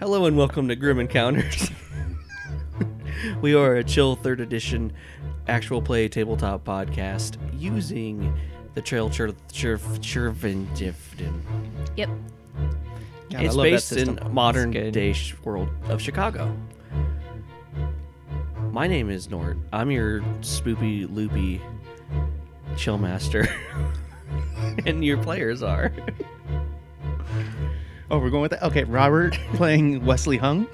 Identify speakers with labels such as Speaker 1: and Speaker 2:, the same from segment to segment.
Speaker 1: Hello and welcome to Grim Encounters. we are a chill third edition actual play tabletop podcast using the Trail Church
Speaker 2: Yep.
Speaker 3: God, I
Speaker 1: It's
Speaker 3: love that
Speaker 1: based in
Speaker 3: system. It's
Speaker 1: modern
Speaker 3: good.
Speaker 1: day sh- world of Chicago. My name is Nort. I'm your spoopy loopy chill master. and your players are
Speaker 3: Oh, we're going with that. Okay, Robert playing Wesley Hung.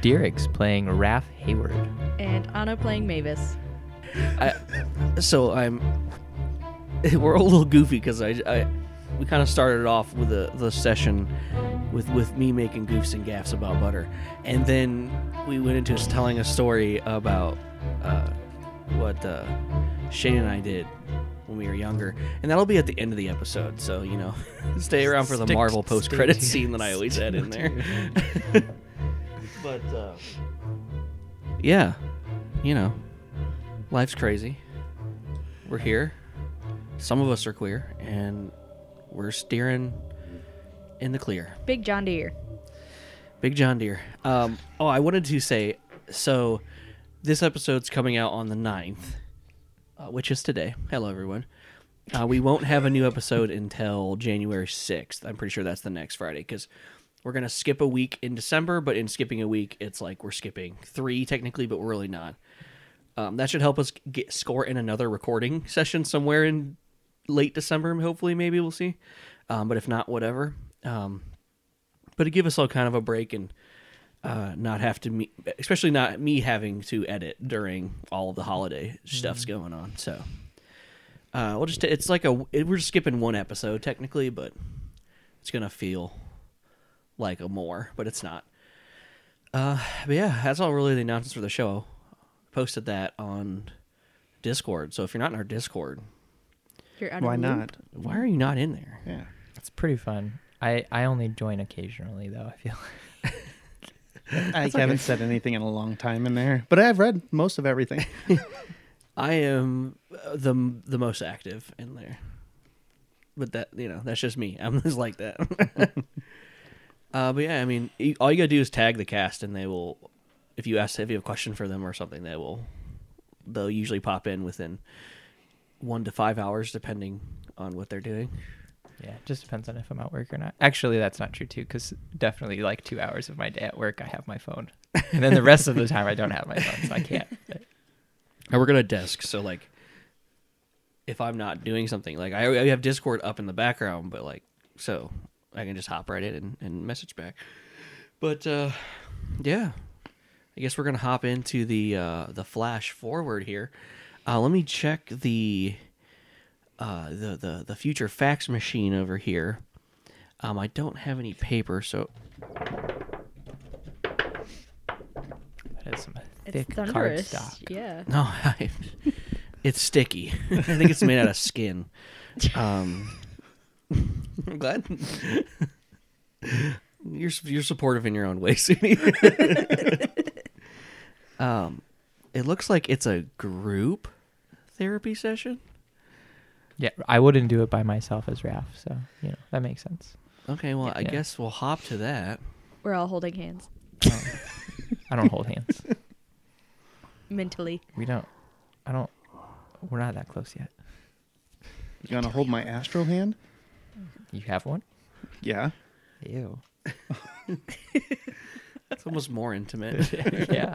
Speaker 4: Derek's playing Raph Hayward.
Speaker 2: And Anna playing Mavis.
Speaker 1: I, so I'm. We're a little goofy because I, I, we kind of started off with the the session with with me making goofs and gaffs about butter, and then we went into us telling a story about uh, what uh, Shane and I did when we were younger, and that'll be at the end of the episode. So you know, stay around for the
Speaker 4: Stick-
Speaker 1: Marvel
Speaker 4: stay
Speaker 1: post credit
Speaker 4: tuned.
Speaker 1: scene that I always add in there. but uh, yeah, you know, life's crazy. We're here. Some of us are queer, and we're steering in the clear.
Speaker 2: Big John Deere.
Speaker 1: Big John Deere. Um, oh, I wanted to say so this episode's coming out on the 9th, uh, which is today. Hello, everyone. Uh, we won't have a new episode until January 6th. I'm pretty sure that's the next Friday because we're going to skip a week in December, but in skipping a week, it's like we're skipping three technically, but we're really not. Um, that should help us get score in another recording session somewhere in late December, hopefully, maybe we'll see. Um, but if not, whatever. Um, but to give us all kind of a break and uh, not have to me, especially not me having to edit during all of the holiday stuff's going on. So uh, we'll just it's like a it, we're just skipping one episode technically, but it's gonna feel like a more, but it's not. Uh, but yeah, that's all really the announcements for the show. Posted that on Discord, so if you're not in our Discord,
Speaker 2: You're out of
Speaker 3: Why
Speaker 2: the loop.
Speaker 3: not?
Speaker 1: why are you not in there?
Speaker 3: Yeah.
Speaker 4: It's pretty fun. I, I only join occasionally though, I feel.
Speaker 3: I haven't said anything in a long time in there, but I've read most of everything.
Speaker 1: I am uh, the the most active in there, but that you know that's just me. I'm just like that. uh, but yeah, I mean, you- all you gotta do is tag the cast, and they will. If you ask if you have a question for them or something, they will. They'll usually pop in within one to five hours, depending on what they're doing.
Speaker 4: Yeah, it just depends on if I'm at work or not. Actually, that's not true too, because definitely like two hours of my day at work, I have my phone, and then the rest of the time I don't have my phone, so I can't.
Speaker 1: I work at a desk, so like, if I'm not doing something, like I, I have Discord up in the background, but like, so I can just hop right in and, and message back. But uh, yeah, I guess we're gonna hop into the uh, the flash forward here. Uh, let me check the uh, the the the future fax machine over here. Um, I don't have any paper, so
Speaker 4: That is some
Speaker 2: It's
Speaker 4: thick card
Speaker 2: thunderous.
Speaker 4: stock.
Speaker 2: Yeah.
Speaker 1: No, I, it's sticky. I think it's made out of skin. Um, I'm glad you're you're supportive in your own way, Suni. um, it looks like it's a group therapy session.
Speaker 4: Yeah, I wouldn't do it by myself as Raph, so you know that makes sense.
Speaker 1: Okay, well, I
Speaker 4: Yeah.
Speaker 1: guess we'll hop to that.
Speaker 2: We're all holding hands
Speaker 4: Um, I don't hold hands.
Speaker 2: mentally.
Speaker 4: We don't. I don't. We're not that close yet.
Speaker 3: You gonna hold my astral hand?
Speaker 4: You have one?
Speaker 3: Yeah.
Speaker 4: Ew.
Speaker 1: It's almost more intimate.
Speaker 4: Yeah.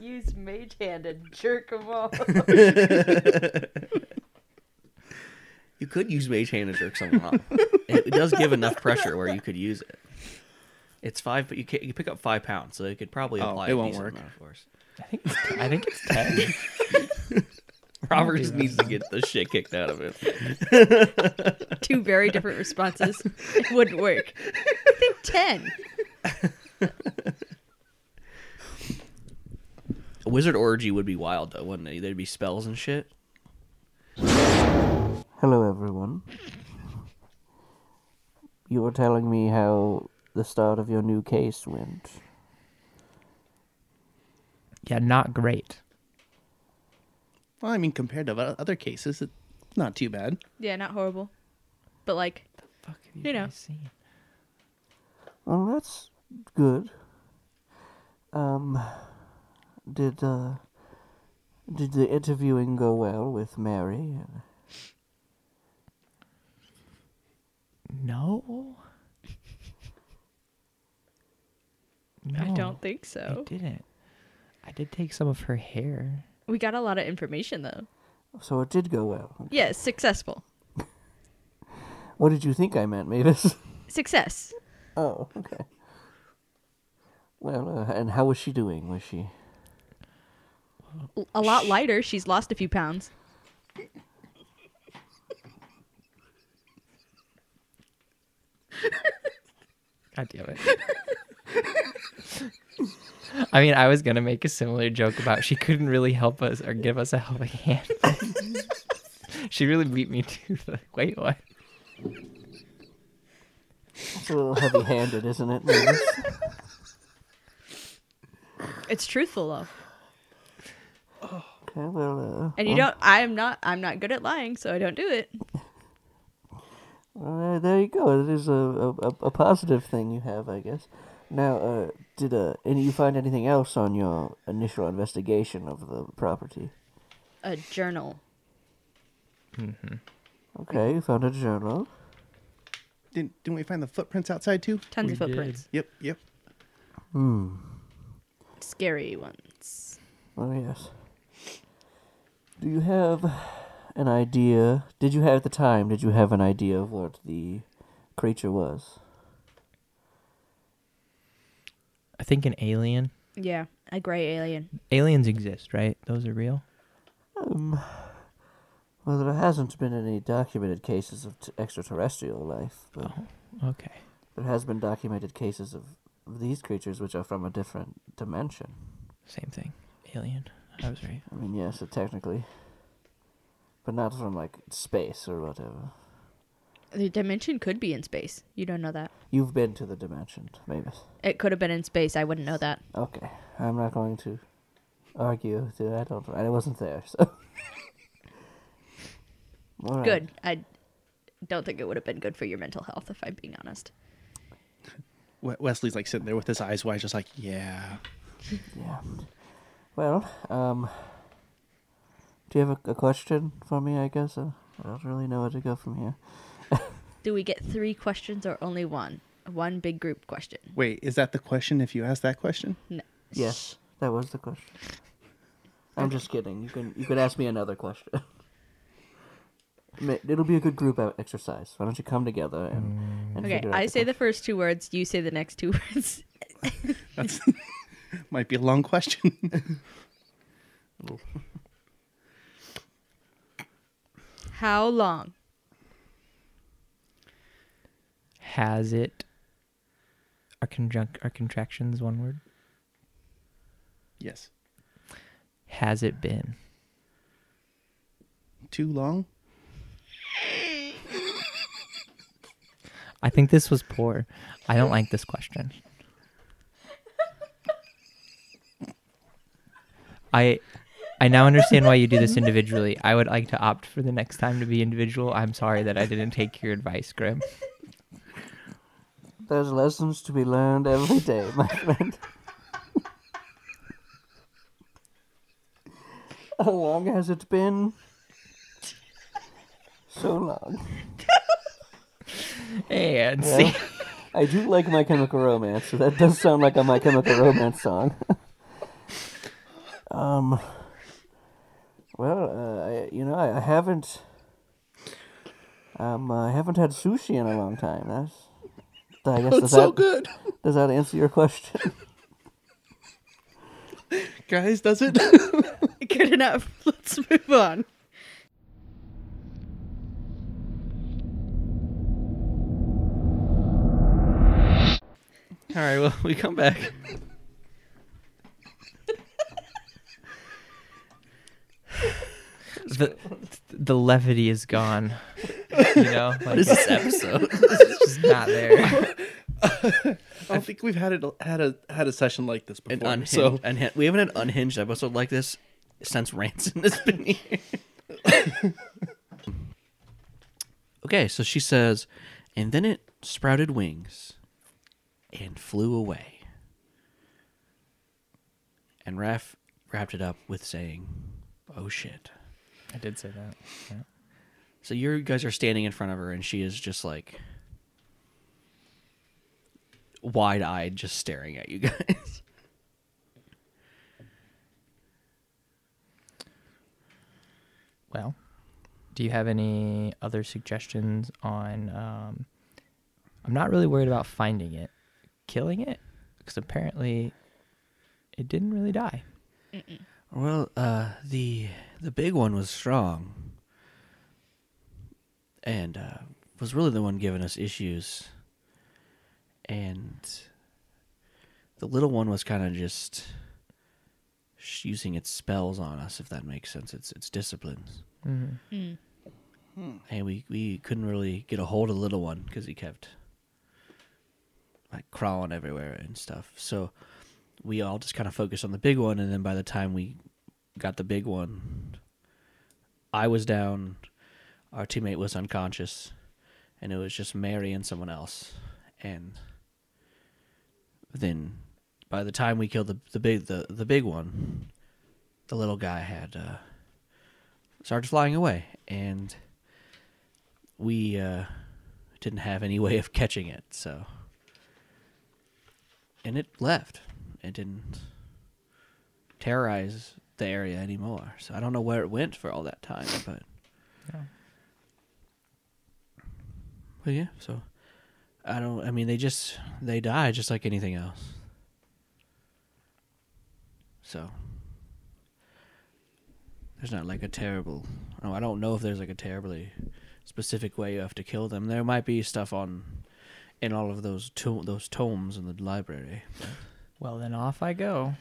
Speaker 2: Use mage hand and jerk them off.
Speaker 1: you could use mage hand to jerk someone off. it does give enough pressure where you could use it. It's five, but you can, you pick up five pounds, so it could probably
Speaker 3: Oh,
Speaker 1: apply.
Speaker 3: it
Speaker 1: a
Speaker 3: won't
Speaker 1: decent
Speaker 3: work.
Speaker 1: amount of force.
Speaker 4: I think. I think it's ten.
Speaker 1: Robert just needs to get the shit kicked out of him.
Speaker 2: Two very different responses. It wouldn't work. I think 10.
Speaker 1: A wizard orgy would be wild though, wouldn't it? There'd be spells and shit. Hello, everyone. You were telling me how the start of your new case went.
Speaker 4: Yeah, not great.
Speaker 3: Well, I mean, compared to o- other cases, it's not too bad.
Speaker 2: Yeah, not horrible. But like,
Speaker 4: Fuck have
Speaker 2: You know.
Speaker 4: guys seen?
Speaker 1: Well, that's
Speaker 5: Good. Um, did uh, did the interviewing go well with Mary?
Speaker 4: No. no.
Speaker 2: I don't think so.
Speaker 4: I didn't. I did take some of her hair.
Speaker 2: We got a lot of information though.
Speaker 5: So it did go well.
Speaker 2: Yes, successful.
Speaker 5: What did you think I meant, Mavis?
Speaker 2: Success.
Speaker 5: Oh, okay. Well, uh, and how was she doing? Was she?
Speaker 2: L- A lot lighter. She's lost a few pounds.
Speaker 4: God damn it. I mean, I was gonna make a similar joke about she couldn't really help us or give us a helping hand. she really beat me to the wait what?
Speaker 5: It's a little heavy-handed, isn't it, Mavis?
Speaker 2: It's truthful though.
Speaker 5: Okay, well, uh,
Speaker 2: And you don't I'm not I'm not good at lying, so I don't do it.
Speaker 5: well, uh, there you go. It is a, a, a- a positive thing you have, I guess. Now, uh, did uh, any you find anything else on your initial investigation of the property?
Speaker 2: A journal.
Speaker 5: Okay, you found a journal.
Speaker 3: Didn't, didn't we find the footprints outside too?
Speaker 2: Tons
Speaker 4: We
Speaker 2: of footprints.
Speaker 3: Yep, yep.
Speaker 2: Scary ones.
Speaker 5: Oh yes. Do you have an idea? Did you have at the time? Did you have an idea of what the creature was?
Speaker 4: I think an alien.
Speaker 2: Yeah, a gray alien.
Speaker 4: Aliens exist, right? Those are real.
Speaker 5: Well, there hasn't been any documented cases of t- extraterrestrial life, but
Speaker 4: Okay.
Speaker 5: there has been documented cases of these creatures, which are from a different dimension.
Speaker 4: Same thing. Alien. I was right.
Speaker 5: I mean, yes, it technically, but not from like space or whatever.
Speaker 2: The dimension could be in space. You don't know that.
Speaker 5: You've been to the dimension, Mavis.
Speaker 2: It could have been in space. I wouldn't know that.
Speaker 5: Okay, I'm not going to argue. with you. I don't. I wasn't there, so. All right.
Speaker 2: Good. I don't think it would have been good for your mental health, if I'm being honest.
Speaker 3: We- Wesley's like sitting there with his eyes wide, just like, yeah.
Speaker 5: Yeah. Well, um, do you have a, a question for me? I guess Uh, I don't really know where to go from here.
Speaker 2: Do we get three questions or only one? One big group question.
Speaker 3: Wait, is that the question if you ask that question?
Speaker 2: No.
Speaker 5: Yes, that was the question. I'm just kidding. You can you can ask me another question. Ma- It'll be a good group out exercise. Why don't you come together and, and
Speaker 2: Okay,
Speaker 5: figure out
Speaker 2: I say
Speaker 5: question.
Speaker 2: the first two words, you say the next two words.
Speaker 3: That's might be a long question.
Speaker 2: How long?
Speaker 4: Has it are conjunct are contractions one word?
Speaker 3: yes.
Speaker 4: Has it been?
Speaker 3: Too long?
Speaker 4: I think this was poor. I don't like this question. I I now understand why you do this individually. I would like to opt for the next time to be individual. I'm sorry that I didn't take your advice, Grim.
Speaker 5: There's lessons to be learned every day, my friend. How long has it been? So long.
Speaker 4: And
Speaker 5: Well,
Speaker 4: see,
Speaker 5: I do like My Chemical Romance, so that does sound like a My Chemical Romance song. um, well, uh, I, you know, I, I haven't, um, I haven't had sushi in a long time. That's, I guess does
Speaker 3: That's so
Speaker 5: that-
Speaker 3: good.
Speaker 5: Does that answer your question?
Speaker 3: Guys, does it?
Speaker 2: Good enough. Let's move on.
Speaker 5: All right, well, we come back.
Speaker 4: the the levity is gone. You know, like it's
Speaker 5: episode.
Speaker 4: just not there.
Speaker 3: I don't think we've had it had a had a session like this
Speaker 5: An
Speaker 3: before.
Speaker 5: unhinged,
Speaker 3: so
Speaker 5: unhin- we haven't had an unhinged episode like this since Ranson has been here. okay, so she says, and then it sprouted wings.
Speaker 1: and flew away. And Raph wrapped it up with saying, Oh shit.
Speaker 4: I did say that. Yeah.
Speaker 1: So you guys are standing in front of her, and she is just like wide eyed, just staring at you guys.
Speaker 4: Well, do you have any other suggestions on? Um, I'm not really worried about finding it, killing it, because apparently it didn't really die.
Speaker 1: Well, uh, the the big one was strong, and uh, was really the one giving us issues. And the little one was kind of just sh- using its spells on us, if that makes sense. It's its disciplines,
Speaker 4: Mm-hmm.
Speaker 1: and we we couldn't really get a hold of the little one because he kept like crawling everywhere and stuff. So we all just kind of focused on the big one, and then by the time we got the big one, I was down, our teammate was unconscious, and it was just Mary and someone else, and then by the time we killed the the big the, the big one, the little guy had uh, started flying away, and we uh, didn't have any way of catching it, so and it left. It didn't terrorize the area anymore. So I don't know where it went for all that time, but
Speaker 4: Yeah.
Speaker 1: but yeah. So I don't. I mean, they just they die just like anything else. So there's not like a terrible. No, I don't know if there's like a terribly specific way you have to kill them. There might be stuff on in all of those to- those tomes in the library.
Speaker 4: Well, then off I go.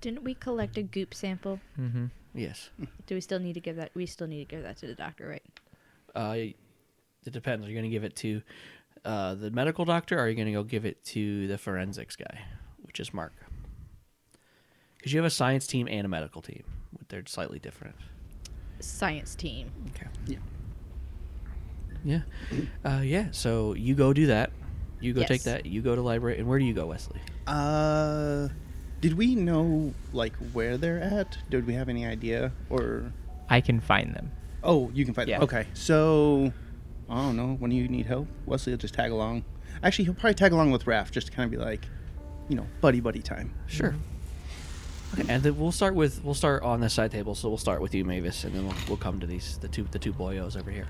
Speaker 2: Didn't we collect a goop sample?
Speaker 4: Mm-hmm.
Speaker 1: Yes.
Speaker 2: Do we still need to give that? We still need to give that to the doctor, right?
Speaker 1: Uh, it depends. Are you going to give it to uh, the medical doctor, or are you going to go give it to the forensics guy, which is Mark? Because you have a science team and a medical team. but They're slightly different.
Speaker 2: Science team.
Speaker 1: Okay.
Speaker 3: Yeah.
Speaker 1: Yeah. Uh, yeah. So you go do that. You go take
Speaker 2: Yes.
Speaker 1: that. You go to library. And where do you go, Wesley?
Speaker 3: Uh, did we know like where they're at? Did we have any idea? Or
Speaker 4: I can find them.
Speaker 3: oh, you can find them.
Speaker 4: Yeah.
Speaker 3: Okay, so I don't know. When you need help, Wesley will just tag along. Actually, he'll probably tag along with Raph just to kind of be like, you know, buddy buddy time.
Speaker 1: Sure. Okay, and then we'll start with we'll start on the side table. So we'll start with you, Mavis, and then we'll, we'll come to these the two the two boyos over here.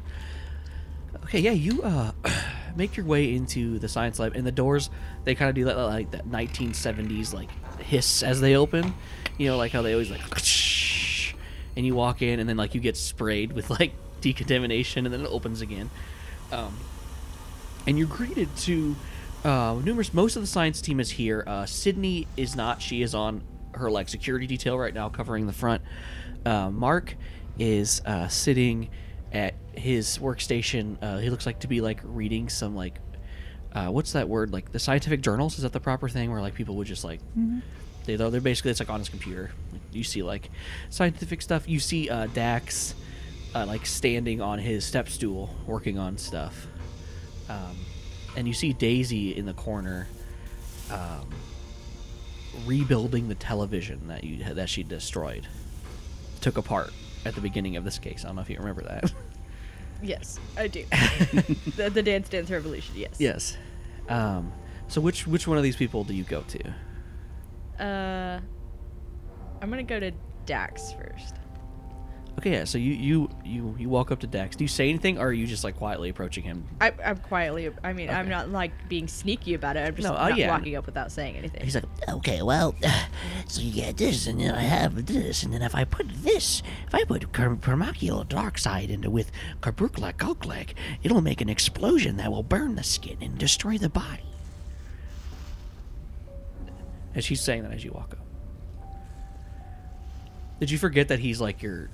Speaker 1: Okay, yeah, you uh make your way into the science lab, and the doors they kind of do that like that 1970s like hiss as they open. You know, like how they always like, and you walk in, and then like you get sprayed with like decontamination, and then it opens again. Um, and you're greeted to uh, numerous. Most of the science team is here. Uh, Sydney is not. She is on her like security detail right now, covering the front. Uh, Mark is uh, sitting at his workstation. Uh, he looks like to be like reading some like uh, what's that word like the scientific journals? Is that the proper thing where like people would just like they they're basically it's like on his computer. You see like scientific stuff. You see uh, Dax uh, like standing on his step stool working on stuff um, and you see Daisy in the corner, um, rebuilding the television that you that she destroyed, took apart at the beginning of this case. I don't know if you remember that.
Speaker 2: Yes, I do. the, the Dance Dance Revolution. Yes.
Speaker 1: yes. Um, so which which one of these people do you go to?
Speaker 2: Uh, I'm gonna go to Dax first.
Speaker 1: Okay, yeah. So you you you you walk up to Dax. Do you say anything, or are you just like quietly approaching him?
Speaker 2: I, I'm quietly. I mean, I'm
Speaker 1: Okay.
Speaker 2: not like being sneaky about it. I'm just
Speaker 1: No, uh,
Speaker 2: not
Speaker 1: yeah.
Speaker 2: walking up without saying anything.
Speaker 1: He's like, okay, well, so you get this, and then I have this, and then if I put this, if I put car- Carmacula dark side into with Carbucla Coklek, it'll make an explosion that will burn the skin and destroy the body. And she's saying that as you walk up. Did you forget that he's like your,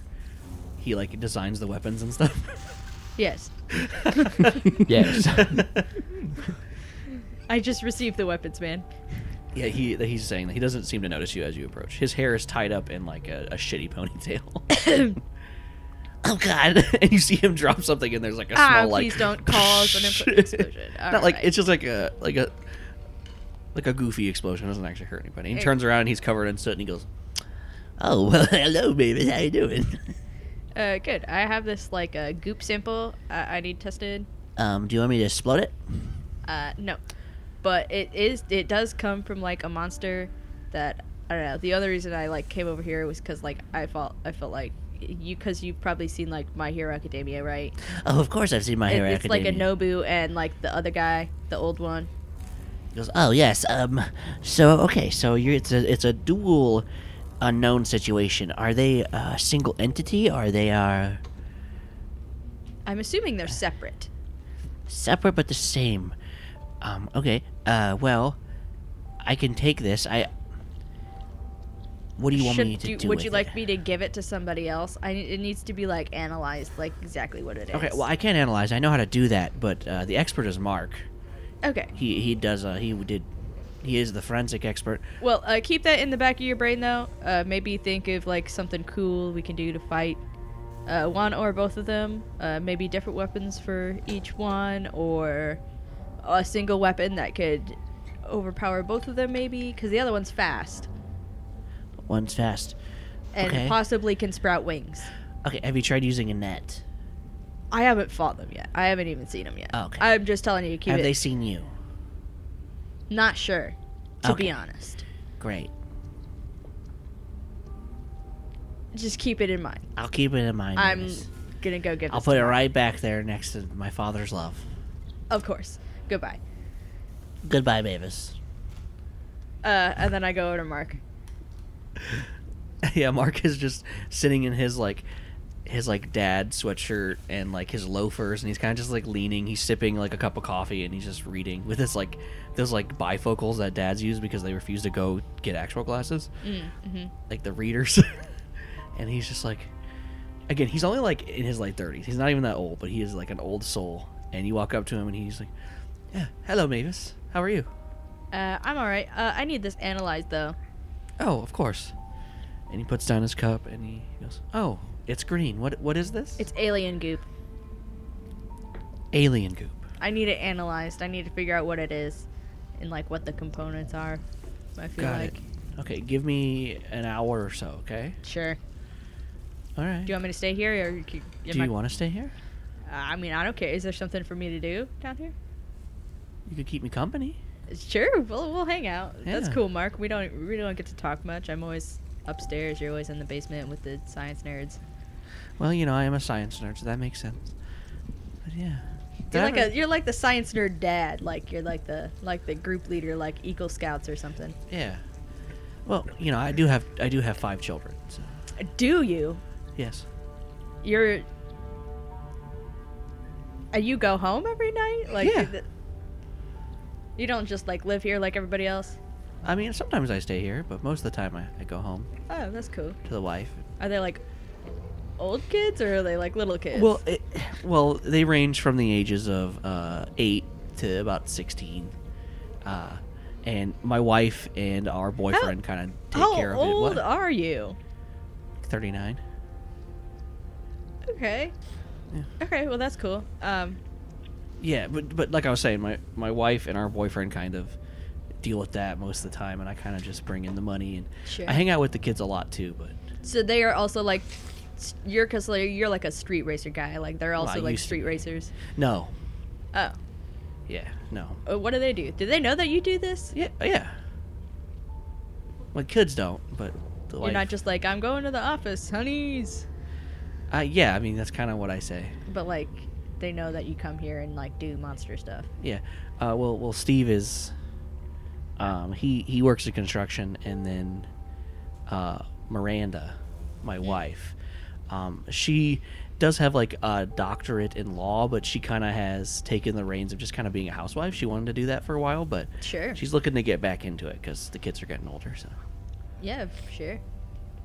Speaker 1: he like designs the weapons and stuff?
Speaker 2: yes.
Speaker 4: Yes.
Speaker 2: I just received the weapons, man.
Speaker 1: Yeah, he that he's saying that he doesn't seem to notice you as you approach. His hair is tied up in like a, a shitty ponytail. oh god! and you see him drop something, and there's like a
Speaker 2: Ah,
Speaker 1: small like.
Speaker 2: please don't cause an impl- explosion.
Speaker 1: Not
Speaker 2: All
Speaker 1: like
Speaker 2: right.
Speaker 1: it's just like a like a like a goofy explosion. Doesn't actually hurt anybody. He turns around and he's covered in soot and he goes, "Oh well, hello, baby. How you doing?
Speaker 2: Uh, good. I have this like uh, goop sample uh, I, I need tested.
Speaker 1: Um, do you want me to explode it?
Speaker 2: Uh, no, but it is. It does come from like a monster that I don't know. The other reason I like came over here was because like I felt I felt like you because you've probably seen like My Hero Academia, right?
Speaker 1: Oh, of course I've seen my
Speaker 2: It-
Speaker 1: hair.
Speaker 2: it's like a Nobu and like the other guy, the old one.
Speaker 1: He goes, "Oh yes. Um, so okay, so you're it's a it's a dual unknown situation. Are they a single entity? Are they uh, are
Speaker 2: I'm assuming they're separate.
Speaker 1: separate but the same? Um, okay. Uh, well, I can take this. I. What do you want
Speaker 2: Should-
Speaker 1: me to do?
Speaker 2: would
Speaker 1: with
Speaker 2: you like
Speaker 1: it?
Speaker 2: me to give it to somebody else? I it needs to be like analyzed, like exactly what it is.
Speaker 1: Okay, well, I can't analyze. I know how to do that, but uh, the expert is Mark.
Speaker 2: okay.
Speaker 1: He he does. Uh, he did. He is the forensic expert.
Speaker 2: Well, uh, keep that in the back of your brain, though. Uh, maybe think of like something cool we can do to fight uh, one or both of them. Uh, maybe different weapons for each one, or a single weapon that could overpower both of them, maybe because the other one's fast
Speaker 1: One's fast.
Speaker 2: and
Speaker 1: Okay.
Speaker 2: possibly can sprout wings.
Speaker 1: Okay, have you tried using a net?
Speaker 2: I haven't fought them yet. I haven't even seen them yet.
Speaker 1: Oh, Okay.
Speaker 2: I'm just telling you to keep
Speaker 1: have
Speaker 2: it.
Speaker 1: they seen you?
Speaker 2: Not sure, to
Speaker 1: Okay.
Speaker 2: be honest.
Speaker 1: Great.
Speaker 2: Just keep it in mind.
Speaker 1: I'll keep it in mind.
Speaker 2: I'm
Speaker 1: Ernest.
Speaker 2: gonna go give.
Speaker 1: I'll
Speaker 2: this
Speaker 1: put
Speaker 2: to
Speaker 1: it
Speaker 2: Mark.
Speaker 1: right back there next to my father's love.
Speaker 2: Of course. Goodbye.
Speaker 1: Goodbye, Mavis.
Speaker 2: Uh, and then I go over to Mark.
Speaker 1: yeah, Mark is just sitting in his like his like dad sweatshirt and like his loafers and he's kind of just like leaning he's sipping like a cup of coffee and he's just reading with his like those like bifocals that dads use because they refuse to go get actual glasses
Speaker 2: Mm-hmm.
Speaker 1: like the readers and he's just like again he's only like in his late 30s he's not even that old but he is like an old soul and you walk up to him and he's like yeah hello mavis how are you
Speaker 2: Uh, I'm all right. Uh, I need this analyzed though.
Speaker 1: oh of course and he puts down his cup and he goes oh it's green what what is this
Speaker 2: It's alien goop.
Speaker 1: alien goop
Speaker 2: I need it analyzed. I need to figure out what it is, and like what the components are. I feel
Speaker 1: got
Speaker 2: like
Speaker 1: it okay give me an hour or so okay
Speaker 2: sure.
Speaker 1: all right
Speaker 2: Do you want me to stay here, or you c- am
Speaker 1: do
Speaker 2: I-
Speaker 1: you want to stay here
Speaker 2: Uh, I mean, I don't care. Is there something for me to do down here?
Speaker 1: you could keep me company
Speaker 2: Sure. We'll we'll hang out. That's
Speaker 1: Yeah.
Speaker 2: cool, Mark. We don't we don't get to talk much. I'm always upstairs. You're always in the basement with the science nerds.
Speaker 1: well you know i am a science nerd so that makes sense but yeah
Speaker 2: You're
Speaker 1: Did I
Speaker 2: like
Speaker 1: ever-
Speaker 2: a you're like the science nerd dad. Like you're like the like the group leader, like Eagle Scouts or something.
Speaker 1: Yeah. Well, you know, I do have I do have five children. So
Speaker 2: Do you?
Speaker 1: yes.
Speaker 2: You're. Uh, you go home every night? Like
Speaker 1: Yeah.
Speaker 2: th- you don't just like live here like everybody else.
Speaker 1: I mean, sometimes I stay here, but most of the time I, I go home
Speaker 2: Oh, that's cool.
Speaker 1: to the wife.
Speaker 2: Are they like old kids or are they like little kids?
Speaker 1: Well, it, well, they range from the ages of uh, eight to about sixteen, uh, and my wife and our boyfriend kind of take
Speaker 2: how
Speaker 1: care of it.
Speaker 2: old
Speaker 1: What?
Speaker 2: are you?
Speaker 1: Thirty nine.
Speaker 2: Okay.
Speaker 1: Yeah.
Speaker 2: Okay, well that's cool. Um,
Speaker 1: Yeah, but but like I was saying, my my wife and our boyfriend kind of deal with that most of the time, and I kind of just bring in the money and
Speaker 2: Sure.
Speaker 1: I hang out with the kids a lot too. But
Speaker 2: so they are also like s- you're because you're like a street racer guy. Like they're
Speaker 1: Well,
Speaker 2: also
Speaker 1: I
Speaker 2: like
Speaker 1: used to
Speaker 2: street
Speaker 1: be.
Speaker 2: racers.
Speaker 1: no,
Speaker 2: Oh,
Speaker 1: yeah, no,
Speaker 2: Uh, what do they do? Do they know that you do this?
Speaker 1: Yeah, oh, yeah. My kids don't, but the
Speaker 2: You're not just like I'm going to the office, honeys.
Speaker 1: Uh, yeah, I mean that's kind of what I say.
Speaker 2: But like, they know that you come here and like do monster stuff.
Speaker 1: Yeah. Uh, well, well, Steve is. Um, he he works in construction, and then, uh, Miranda, my wife, um, she does have like a doctorate in law, but she kind of has taken the reins of just kind of being a housewife. She wanted to do that for a while, but
Speaker 2: Sure.
Speaker 1: she's looking to get back into it because the kids are getting older. So.
Speaker 2: Yeah, sure.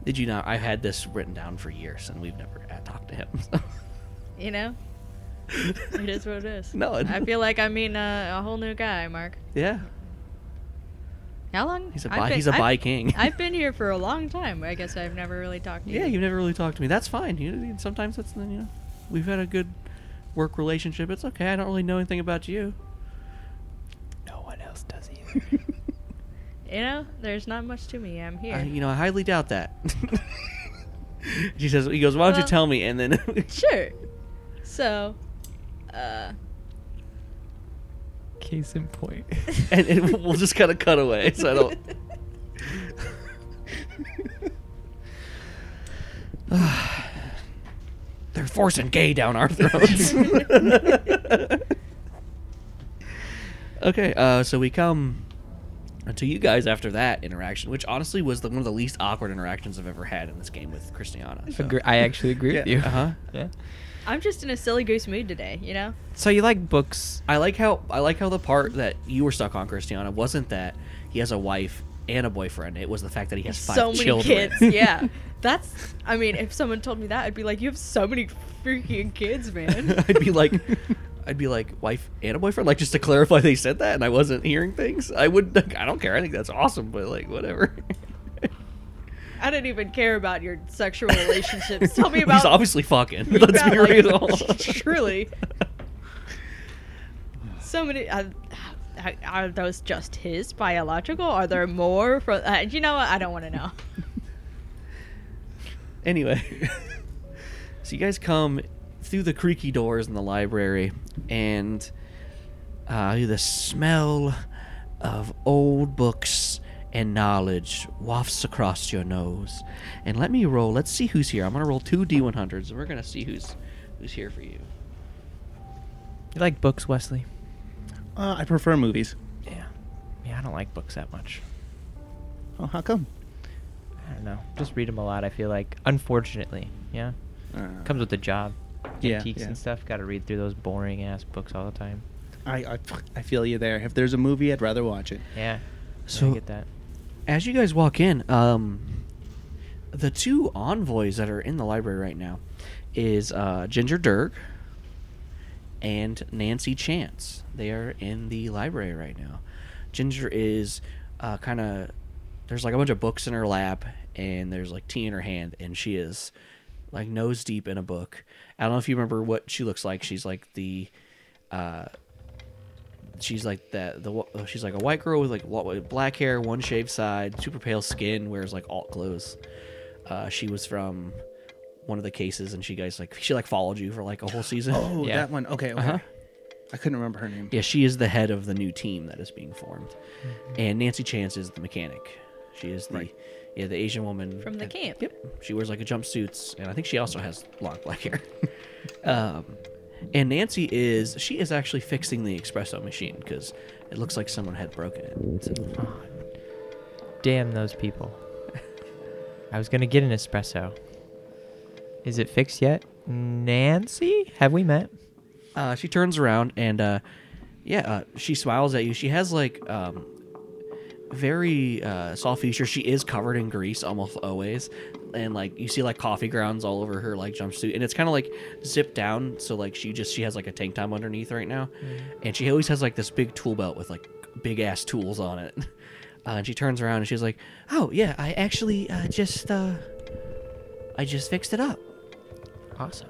Speaker 1: Did you know I've had this written down for years and we've never uh, talked to him. so.
Speaker 2: You know, it is what it is.
Speaker 1: No, it-
Speaker 2: I feel like I mean uh, a whole new guy, Mark.
Speaker 1: yeah,
Speaker 2: How long?
Speaker 1: he's a
Speaker 2: I've
Speaker 1: bi,
Speaker 2: been-
Speaker 1: he's a bi
Speaker 2: I've-
Speaker 1: king.
Speaker 2: I've been here for a long time. I guess I've never really talked to you.
Speaker 1: yeah, you've never really talked to me. That's fine. You you- sometimes that's you know, we've had a good work relationship. It's okay. I don't really know anything about you.
Speaker 4: No one else does either.
Speaker 2: You know, there's not much to me. I'm here.
Speaker 1: I, Uh, you know, I highly doubt that. she says, he goes, why don't
Speaker 2: Well-
Speaker 1: you tell me? And then,
Speaker 2: sure. So, uh,
Speaker 4: Case in point.
Speaker 1: and, and we'll just kind of cut away. So I don't. They're forcing gay down our throats. okay, uh, so we come to you guys after that interaction, which honestly was the, one of the least awkward interactions I've ever had in this game with Christiana. so-
Speaker 4: Agree- I actually agree with
Speaker 3: Yeah.
Speaker 4: you.
Speaker 1: Uh-huh.
Speaker 4: Yeah.
Speaker 2: I'm just in a silly goose mood today. You know,
Speaker 4: So you like books?
Speaker 1: I like how I like how the part that you were stuck on, Christiana, wasn't that he has a wife and a boyfriend. It was the fact that he has five
Speaker 2: so many
Speaker 1: children.
Speaker 2: kids. Yeah, that's. I mean, if someone told me that, I'd be like, "You have so many freaking kids, man."
Speaker 1: I'd be like, I'd be like, wife and a boyfriend. Like just to clarify, they said that, and I wasn't hearing things. I would. Like, I don't care. I think that's awesome. But like, whatever.
Speaker 2: I don't even care about your sexual relationships. Tell me about.
Speaker 1: He's obviously fucking.
Speaker 2: me
Speaker 1: Let's
Speaker 2: about,
Speaker 1: be
Speaker 2: like,
Speaker 1: real.
Speaker 2: truly. so many. I, I- are those just his biological? Are there more? From uh, you know, what? I don't want to know.
Speaker 1: Anyway, so you guys come through the creaky doors in the library, and uh, the smell of old books and knowledge wafts across your nose. And let me roll. Let's see who's here. I'm gonna roll two d100s, and we're gonna see who's who's here for you.
Speaker 4: You like books, Wesley?
Speaker 3: Uh, I prefer movies.
Speaker 4: Yeah. Yeah, I don't like books that much.
Speaker 3: Oh, how come?
Speaker 4: I don't know. Just read them a lot. I feel like, unfortunately, yeah,
Speaker 3: Uh,
Speaker 4: comes with the job.
Speaker 3: Yeah,
Speaker 4: Antiques
Speaker 3: yeah.
Speaker 4: and stuff. Got to read through those boring ass books all the time.
Speaker 3: I, I I feel you there. If there's a movie, I'd rather watch it.
Speaker 4: Yeah. So
Speaker 1: So-
Speaker 4: I get that.
Speaker 1: As you guys walk in, um, the two envoys that are in the library right now is uh, Ginger Dirk and Nancy Chance. They are in the library right now. Ginger is uh, kind of there's like a bunch of books in her lap, and there's like tea in her hand, and she is like nose deep in a book. I don't know if you remember what she looks like. She's like the uh, she's like that the wh- she's like a white girl with like lo- black hair one shaved side super pale skin wears like alt clothes uh, she was from one of the cases and she guys like she like followed you for like a whole season
Speaker 3: Oh,
Speaker 4: Yeah.
Speaker 3: that one. Okay, okay.
Speaker 1: Uh-huh.
Speaker 3: I couldn't remember her name.
Speaker 1: yeah she is the head of the new team that is being formed and nancy chance is the mechanic she is the
Speaker 3: Right.
Speaker 1: yeah the asian woman
Speaker 2: From the
Speaker 1: and-
Speaker 2: camp.
Speaker 1: yep she wears like a jumpsuits and i think she also has long black hair um and nancy is she is actually fixing the espresso machine because it looks like someone had broken it So-
Speaker 4: Damn those people. I was gonna get an espresso. Is it fixed yet, Nancy? Have we met?
Speaker 1: Uh, she turns around and uh, yeah, uh, she smiles at you. She has like um, very uh, soft features. She is covered in grease almost always, and like you see like coffee grounds all over her like jumpsuit, and it's kind of like zipped down. So like she just she has like a tank top underneath right now, and she always has like this big tool belt with like big ass tools on it. Uh, and she turns around and she's like, "Oh yeah, I actually uh, just uh, I just fixed it up."
Speaker 4: Awesome.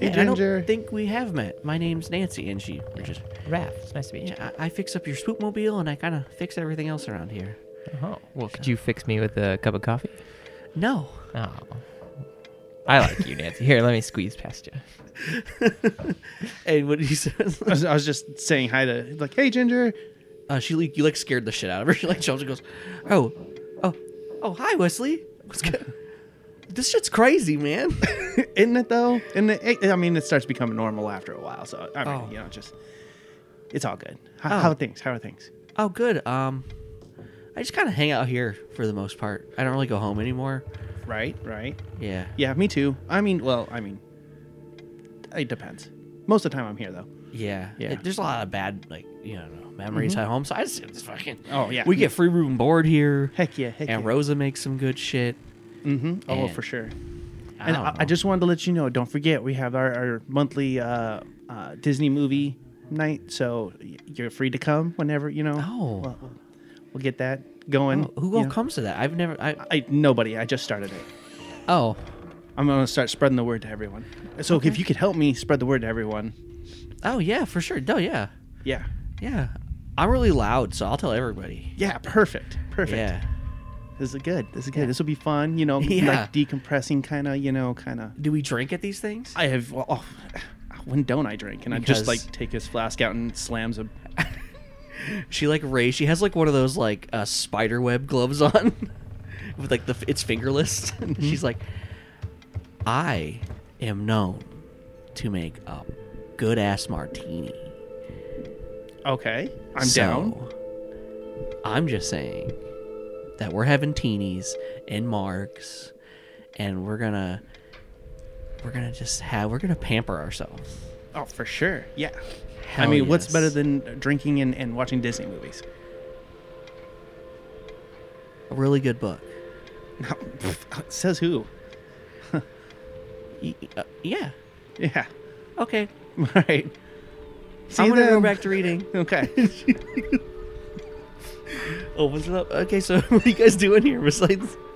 Speaker 3: Hey,
Speaker 1: Yeah, I
Speaker 3: Ginger.
Speaker 1: don't think we have met. My name's Nancy, and she or just
Speaker 4: Raph, it's nice to meet you.
Speaker 1: yeah, I, I fix up your swoop mobile, and I kind of fix everything else around here.
Speaker 4: Oh, well, could you fix me with a cup of coffee?
Speaker 1: No,
Speaker 4: Oh. I like you, Nancy. Here, let me squeeze past you.
Speaker 1: and what he says,
Speaker 3: I was, I was just saying hi to like, hey, Ginger.
Speaker 1: uh, she like, you like scared the shit out of her. She like jumps and goes, oh, oh, oh, hi Wesley. What's good? this shit's crazy, man.
Speaker 3: Isn't it though? And it, I mean, it starts becoming normal after a while. So I mean,
Speaker 1: Oh.
Speaker 3: you know, just it's all good. How,
Speaker 1: Oh.
Speaker 3: how are things? How are things?
Speaker 1: oh, good. Um, I just kind of hang out here for the most part. I don't really go home anymore.
Speaker 3: Right, right.
Speaker 1: Yeah.
Speaker 3: Yeah, me too. I mean, well, I mean, it depends. Most of the time, I'm here though.
Speaker 1: Yeah.
Speaker 3: Yeah. Mm-hmm.
Speaker 1: It- there's a lot of bad, like, you know, memories at home. So I just it's fucking.
Speaker 3: Oh, yeah.
Speaker 1: We get free room and board here.
Speaker 3: Heck yeah, heck
Speaker 1: and
Speaker 3: yeah.
Speaker 1: Rosa makes some good shit.
Speaker 3: Mm-hmm. Oh,
Speaker 1: And-
Speaker 3: for sure.
Speaker 1: I don't
Speaker 3: and I, I
Speaker 1: know.
Speaker 3: just wanted to let you know. Don't forget, we have our, our monthly uh, uh, Disney movie night, so y- you're free to come whenever you know.
Speaker 1: Oh.
Speaker 3: we'll, we'll- we'll get that going.
Speaker 1: Oh, who
Speaker 3: you
Speaker 1: all
Speaker 3: know.
Speaker 1: comes to that? I've never. I
Speaker 3: I nobody. I just started it.
Speaker 1: oh
Speaker 3: I'm gonna start spreading the word to everyone. So if you could help me spread the word to everyone,
Speaker 1: oh yeah for sure. No yeah
Speaker 3: yeah.
Speaker 1: yeah. I'm really loud, so I'll tell everybody.
Speaker 3: Yeah, perfect. Perfect.
Speaker 1: Yeah.
Speaker 3: This is good. This is good.
Speaker 1: Yeah.
Speaker 3: This will be fun. You know,
Speaker 1: Yeah.
Speaker 3: like decompressing, kind of. You know, kind of.
Speaker 1: Do we drink at these things?
Speaker 3: I have. Well, oh, when don't I drink? And I just
Speaker 1: Because-
Speaker 3: like take his flask out and slams him.
Speaker 1: She like Ray. She has like one of those like uh, spider web gloves on, with like the f- it's fingerless. And
Speaker 3: Mm-hmm.
Speaker 1: She's like, I am known to make a good ass martini.
Speaker 3: Okay, I'm
Speaker 1: So,
Speaker 3: down.
Speaker 1: I'm just saying that we're having teenies and marks, and we're gonna we're gonna just have we're gonna pamper ourselves.
Speaker 3: Oh, for sure. Yeah. I
Speaker 1: Hell
Speaker 3: mean, what's
Speaker 1: yes.
Speaker 3: better than drinking and, and watching Disney movies?
Speaker 1: a really good book?
Speaker 3: No, pff, says who?
Speaker 1: Y- y- uh, yeah.
Speaker 3: Yeah.
Speaker 1: Okay.
Speaker 3: All right. See
Speaker 1: I'm
Speaker 3: you
Speaker 1: gonna go
Speaker 3: then.
Speaker 1: back to reading.
Speaker 3: Okay.
Speaker 1: Opens it up. Okay, so what are you guys doing here besides?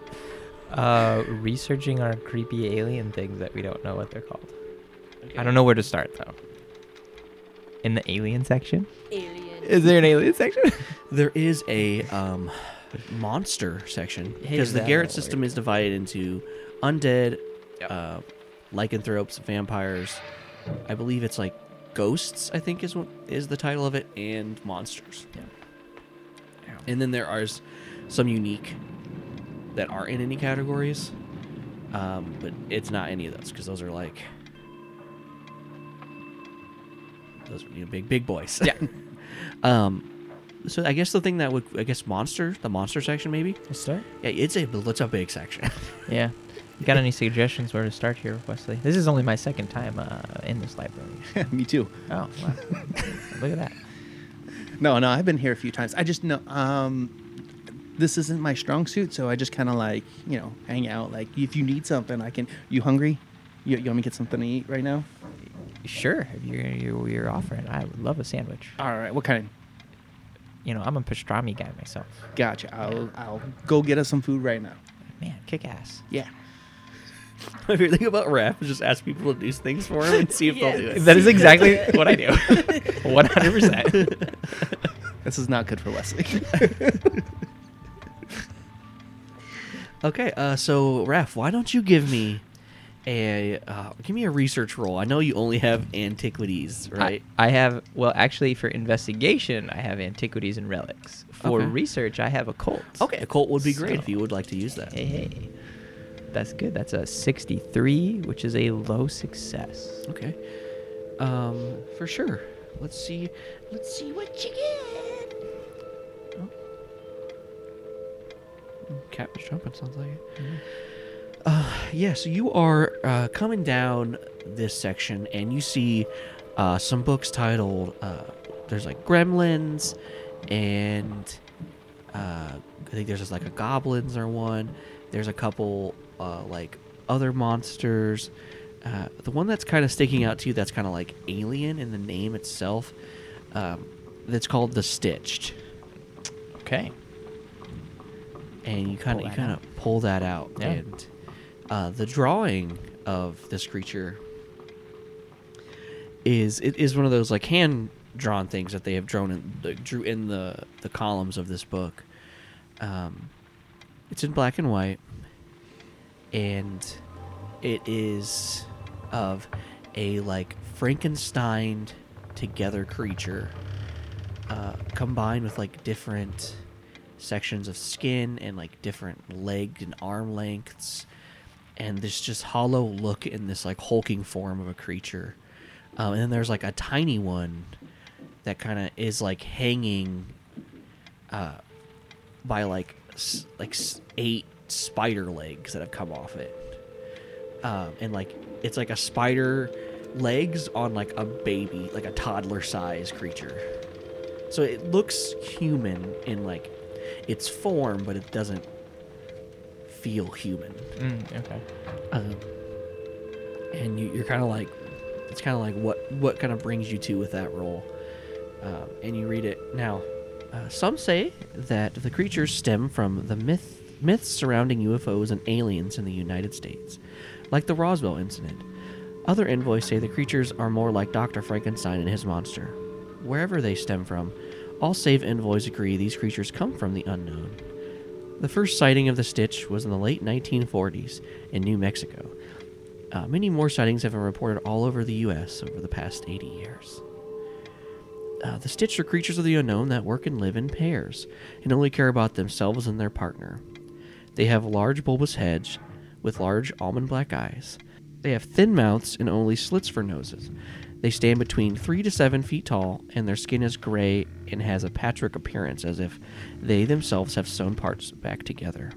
Speaker 4: Uh, researching our creepy alien things that we don't know what they're called. I don't know where to start though. In the alien section?
Speaker 2: Alien.
Speaker 4: Is there an alien section?
Speaker 1: There is a um, monster section
Speaker 4: Hey,
Speaker 1: because the
Speaker 4: that
Speaker 1: Garrett
Speaker 4: won't
Speaker 1: system
Speaker 4: work.
Speaker 1: is divided into undead,
Speaker 4: Yep.
Speaker 1: uh, lycanthropes, vampires. I believe it's like ghosts. I think is what is the title of it, and monsters.
Speaker 4: Yeah.
Speaker 1: And then there are s- some unique that aren't in any categories, um, but it's not any of those because those are like those are you know, big big boys.
Speaker 4: Yeah.
Speaker 1: um, so I guess the thing that would I guess monster the monster section maybe
Speaker 4: Let's start.
Speaker 1: yeah it's a it's a big section.
Speaker 4: Yeah. You got any suggestions where to start here, Wesley? This is only my second time uh, in this library.
Speaker 3: Me too.
Speaker 4: Oh, wow. Look at that.
Speaker 3: No, no, I've been here a few times. I just know um, this isn't my strong suit, so I just kind of like you know hang out. Like if you need something, I can. You hungry? You, you want me to get something to eat right now?
Speaker 4: Sure, if you're, you're, you're offering, I would love a sandwich.
Speaker 3: All right. What kind?
Speaker 4: You know, I'm a pastrami guy myself.
Speaker 3: Gotcha. I'll I'll go get us some food right now.
Speaker 4: Man, kick ass.
Speaker 3: Yeah.
Speaker 1: My favorite thing about rap is just ask people to do things for him and see if they'll do it.
Speaker 2: Yes.
Speaker 4: That is exactly
Speaker 2: Yeah.
Speaker 4: what I do. 100%.
Speaker 3: This is not good for Wesley.
Speaker 1: Okay, uh, so Raph, why don't you give me a uh, give me a research roll? I know you only have antiquities, right?
Speaker 4: I, I have, well, actually, for investigation, I have antiquities and relics. For
Speaker 1: Okay.
Speaker 4: research, I have occults.
Speaker 1: okay, a cult would be great
Speaker 4: So-
Speaker 1: if you would like to use that.
Speaker 4: Hey, hey. That's good. That's a 63, which is a low success.
Speaker 1: Okay, um, for sure. Let's see. Let's see what you get. Oh. Mm, Cat was jumping. Sounds like it. Uh, yeah. So you are uh, coming down this section, and you see uh, some books titled. Uh, there's like Gremlins, and uh, I think there's just like a goblins or one. There's a couple uh, like other monsters. Uh, the one that's kind of sticking out to you that's kind of like alien in the name itself. Um, that's called the Stitched,
Speaker 4: Okay.
Speaker 1: and you kind of
Speaker 4: Pull
Speaker 1: you
Speaker 4: that
Speaker 1: kind of pull that out,
Speaker 4: Yeah.
Speaker 1: and uh, the drawing of this creature is it is one of those like hand drawn things that they have drawn in the, drew in the the columns of this book. Um, it's in black and white, and it is of a like Frankenstein together creature, uh, combined with like different sections of skin and like different leg and arm lengths and this just hollow look in this like hulking form of a creature. Um, and then there's like a tiny one that kind of is like hanging uh, by like s- like s- eight spider legs that have come off it. Um, and like it's like a spider legs on like a baby, like a toddler size creature. So it looks human in like its form, but it doesn't feel human
Speaker 4: Mm, okay.
Speaker 1: um, and you, you're kind of like it's kind of like what what kind of brings you to with that role um, and you read it now uh, some say that the creatures stem from the myth myths surrounding ufos and aliens in the united states like the roswell incident other envoys say the creatures are more like dr frankenstein and his monster wherever they stem from All save envoys agree these creatures come from the unknown. The first sighting of the Stitch was in the late 1940s in New Mexico. Uh, many more sightings have been reported all over the U.S. over the past 80 years. Uh, the Stitch are creatures of the unknown that work and live in pairs and only care about themselves and their partner. They have large bulbous heads with large almond black eyes. They have thin mouths and only slits for noses. They stand between 3 to 7 feet tall, and their skin is gray and has a patchwork appearance as if they themselves have sewn parts back together.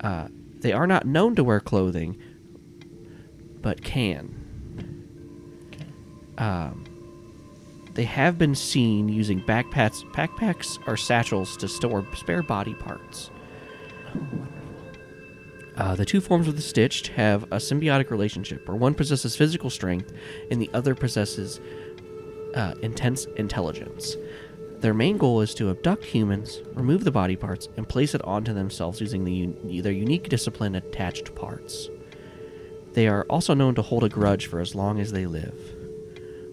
Speaker 1: Uh, they are not known to wear clothing, but can. Um, they have been seen using backpacks, backpacks or satchels to store spare body parts. Uh, the two forms of the stitched have a symbiotic relationship, where one possesses physical strength and the other possesses uh, intense intelligence. Their main goal is to abduct humans, remove the body parts, and place it onto themselves using the un- their unique discipline attached parts. They are also known to hold a grudge for as long as they live.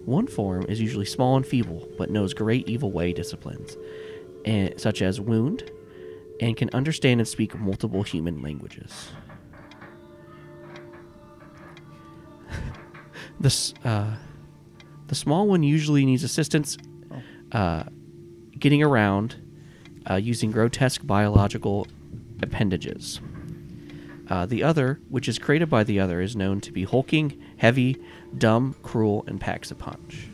Speaker 1: One form is usually small and feeble, but knows great evil way disciplines, and, such as wound, and can understand and speak multiple human languages. the, s- uh, the small one usually needs assistance uh, getting around uh, using grotesque biological appendages. Uh, the other, which is created by the other, is known to be hulking, heavy, dumb, cruel, and packs a punch.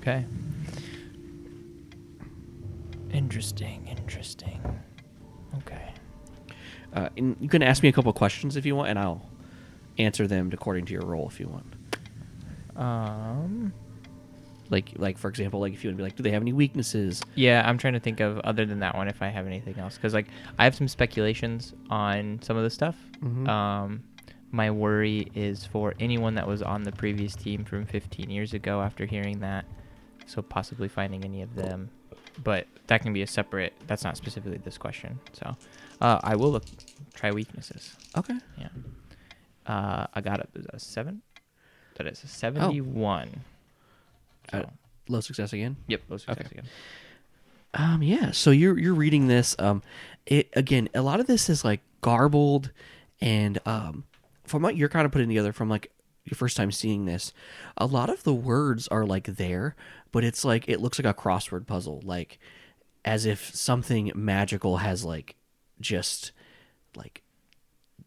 Speaker 4: Okay. Interesting, interesting. Okay.
Speaker 1: Uh, and you can ask me a couple questions if you want, and I'll answer them according to your role if you want.
Speaker 4: Um
Speaker 1: Like, like for example, like if you want to be like, do they have any weaknesses?
Speaker 4: yeah, I'm trying to think of other than that one if I have anything else cuz like I have some speculations on some of the stuff.
Speaker 1: Mhm.
Speaker 4: Um my worry is for anyone that was on the previous team from 15 years ago after hearing that, so possibly finding any of them. But that can be a separate. That's not specifically this question. So, uh, I will look try weaknesses.
Speaker 1: Okay.
Speaker 4: Yeah. Uh, I got a, a seven. That is a seventy-one. So,
Speaker 1: Uh, low success again.
Speaker 4: yep. Those
Speaker 1: okay.
Speaker 4: okay. again.
Speaker 1: Um, yeah. So you're you're reading this. Um, it again. A lot of this is like garbled, and um, from what you're kind of putting together from like your first time seeing this, a lot of the words are like there, but it's like it looks like a crossword puzzle, like as if something magical has like just like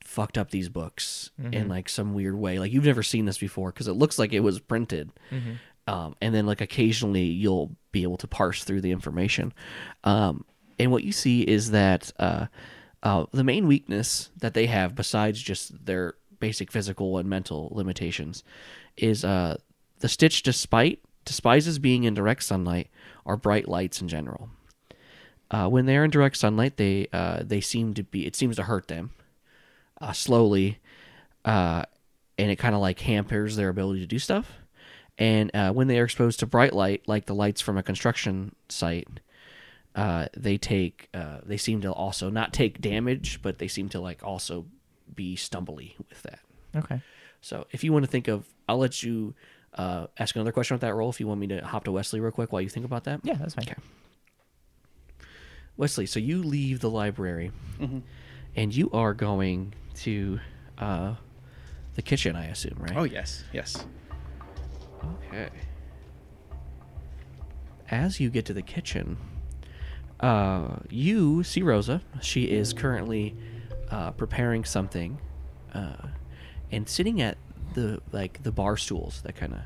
Speaker 1: fucked up these books in like some weird way. Like you've never seen this before because it looks like it was printed. Um, and then like occasionally you'll be able to parse through the information. Um, and what you see is that uh, uh, the main weakness that they have, besides just their basic physical and mental limitations, is uh, the stitch. Despite despises being in direct sunlight or bright lights in general. Uh, when they're in direct sunlight, they uh, they seem to be. It seems to hurt them uh, slowly, uh, and it kind of like hampers their ability to do stuff. And uh, when they are exposed to bright light, like the lights from a construction site, uh, they take uh, they seem to also not take damage, but they seem to like also be stumbly with that.
Speaker 4: Okay.
Speaker 1: So if you want to think of, I'll let you uh, ask another question with that role. If you want me to hop to Wesley real quick while you think about that.
Speaker 4: Yeah, that's fine.
Speaker 1: Okay. Wesley, so you leave the library, and you are going to uh, the kitchen, I assume, right?
Speaker 3: Oh yes, yes.
Speaker 1: Okay. As you get to the kitchen, uh, you see Rosa. She is currently uh, preparing something, uh, and sitting at the like the bar stools that kind of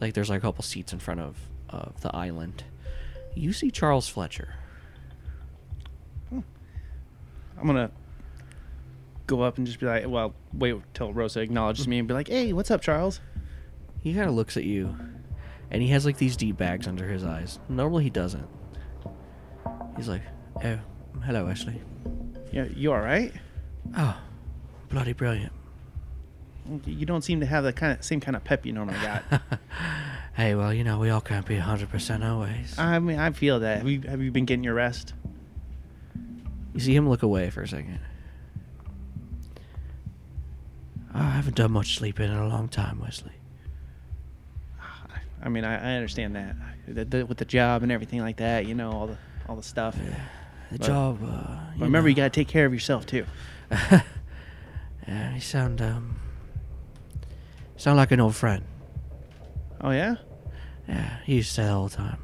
Speaker 1: like there's like a couple seats in front of of the island. You see Charles Fletcher.
Speaker 3: I'm gonna go up and just be like, well, wait till Rosa acknowledges me and be like, hey, what's up, Charles?
Speaker 1: He kind of looks at you, and he has like these deep bags under his eyes. Normally he doesn't. He's like, "Oh, hello, Ashley.
Speaker 3: Yeah, you all right?
Speaker 1: Oh, bloody brilliant."
Speaker 3: You don't seem to have the kind of same kind of pep you normally got.
Speaker 1: hey, well, you know, we all can't be 100% always.
Speaker 3: I mean, I feel that. Have you, have you been getting your rest?
Speaker 1: you see him look away for a second. "Oh, I haven't done much sleeping in a long time, Wesley.
Speaker 3: I I mean, I, I understand that the, the, with the job and everything like that. You know, all the all the stuff.
Speaker 1: The
Speaker 3: But-
Speaker 1: job. Uh,
Speaker 3: But remember, you gotta take care of yourself too.
Speaker 1: Yeah, you sound um, sound like an old friend.
Speaker 3: Oh yeah.
Speaker 1: Yeah, he used to say that all the time.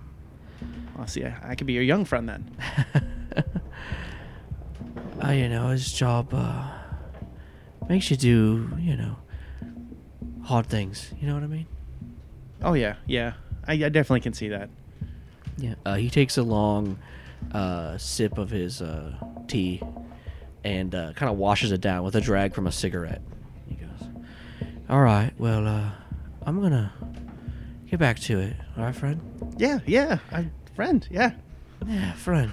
Speaker 3: Well, see, I, I could be your young friend then.
Speaker 1: Uh, you know, his job uh, makes you do, you know, hard things. You know what I mean?
Speaker 3: Oh yeah, yeah. I, I definitely can see that.
Speaker 1: Yeah. Uh, he takes a long uh, sip of his uh, tea and uh, kind of washes it down with a drag from a cigarette. He goes, "All right, well, uh, I'm gonna get back to it. All right, friend.
Speaker 3: Yeah, yeah. I, friend. Yeah.
Speaker 1: Yeah, friend.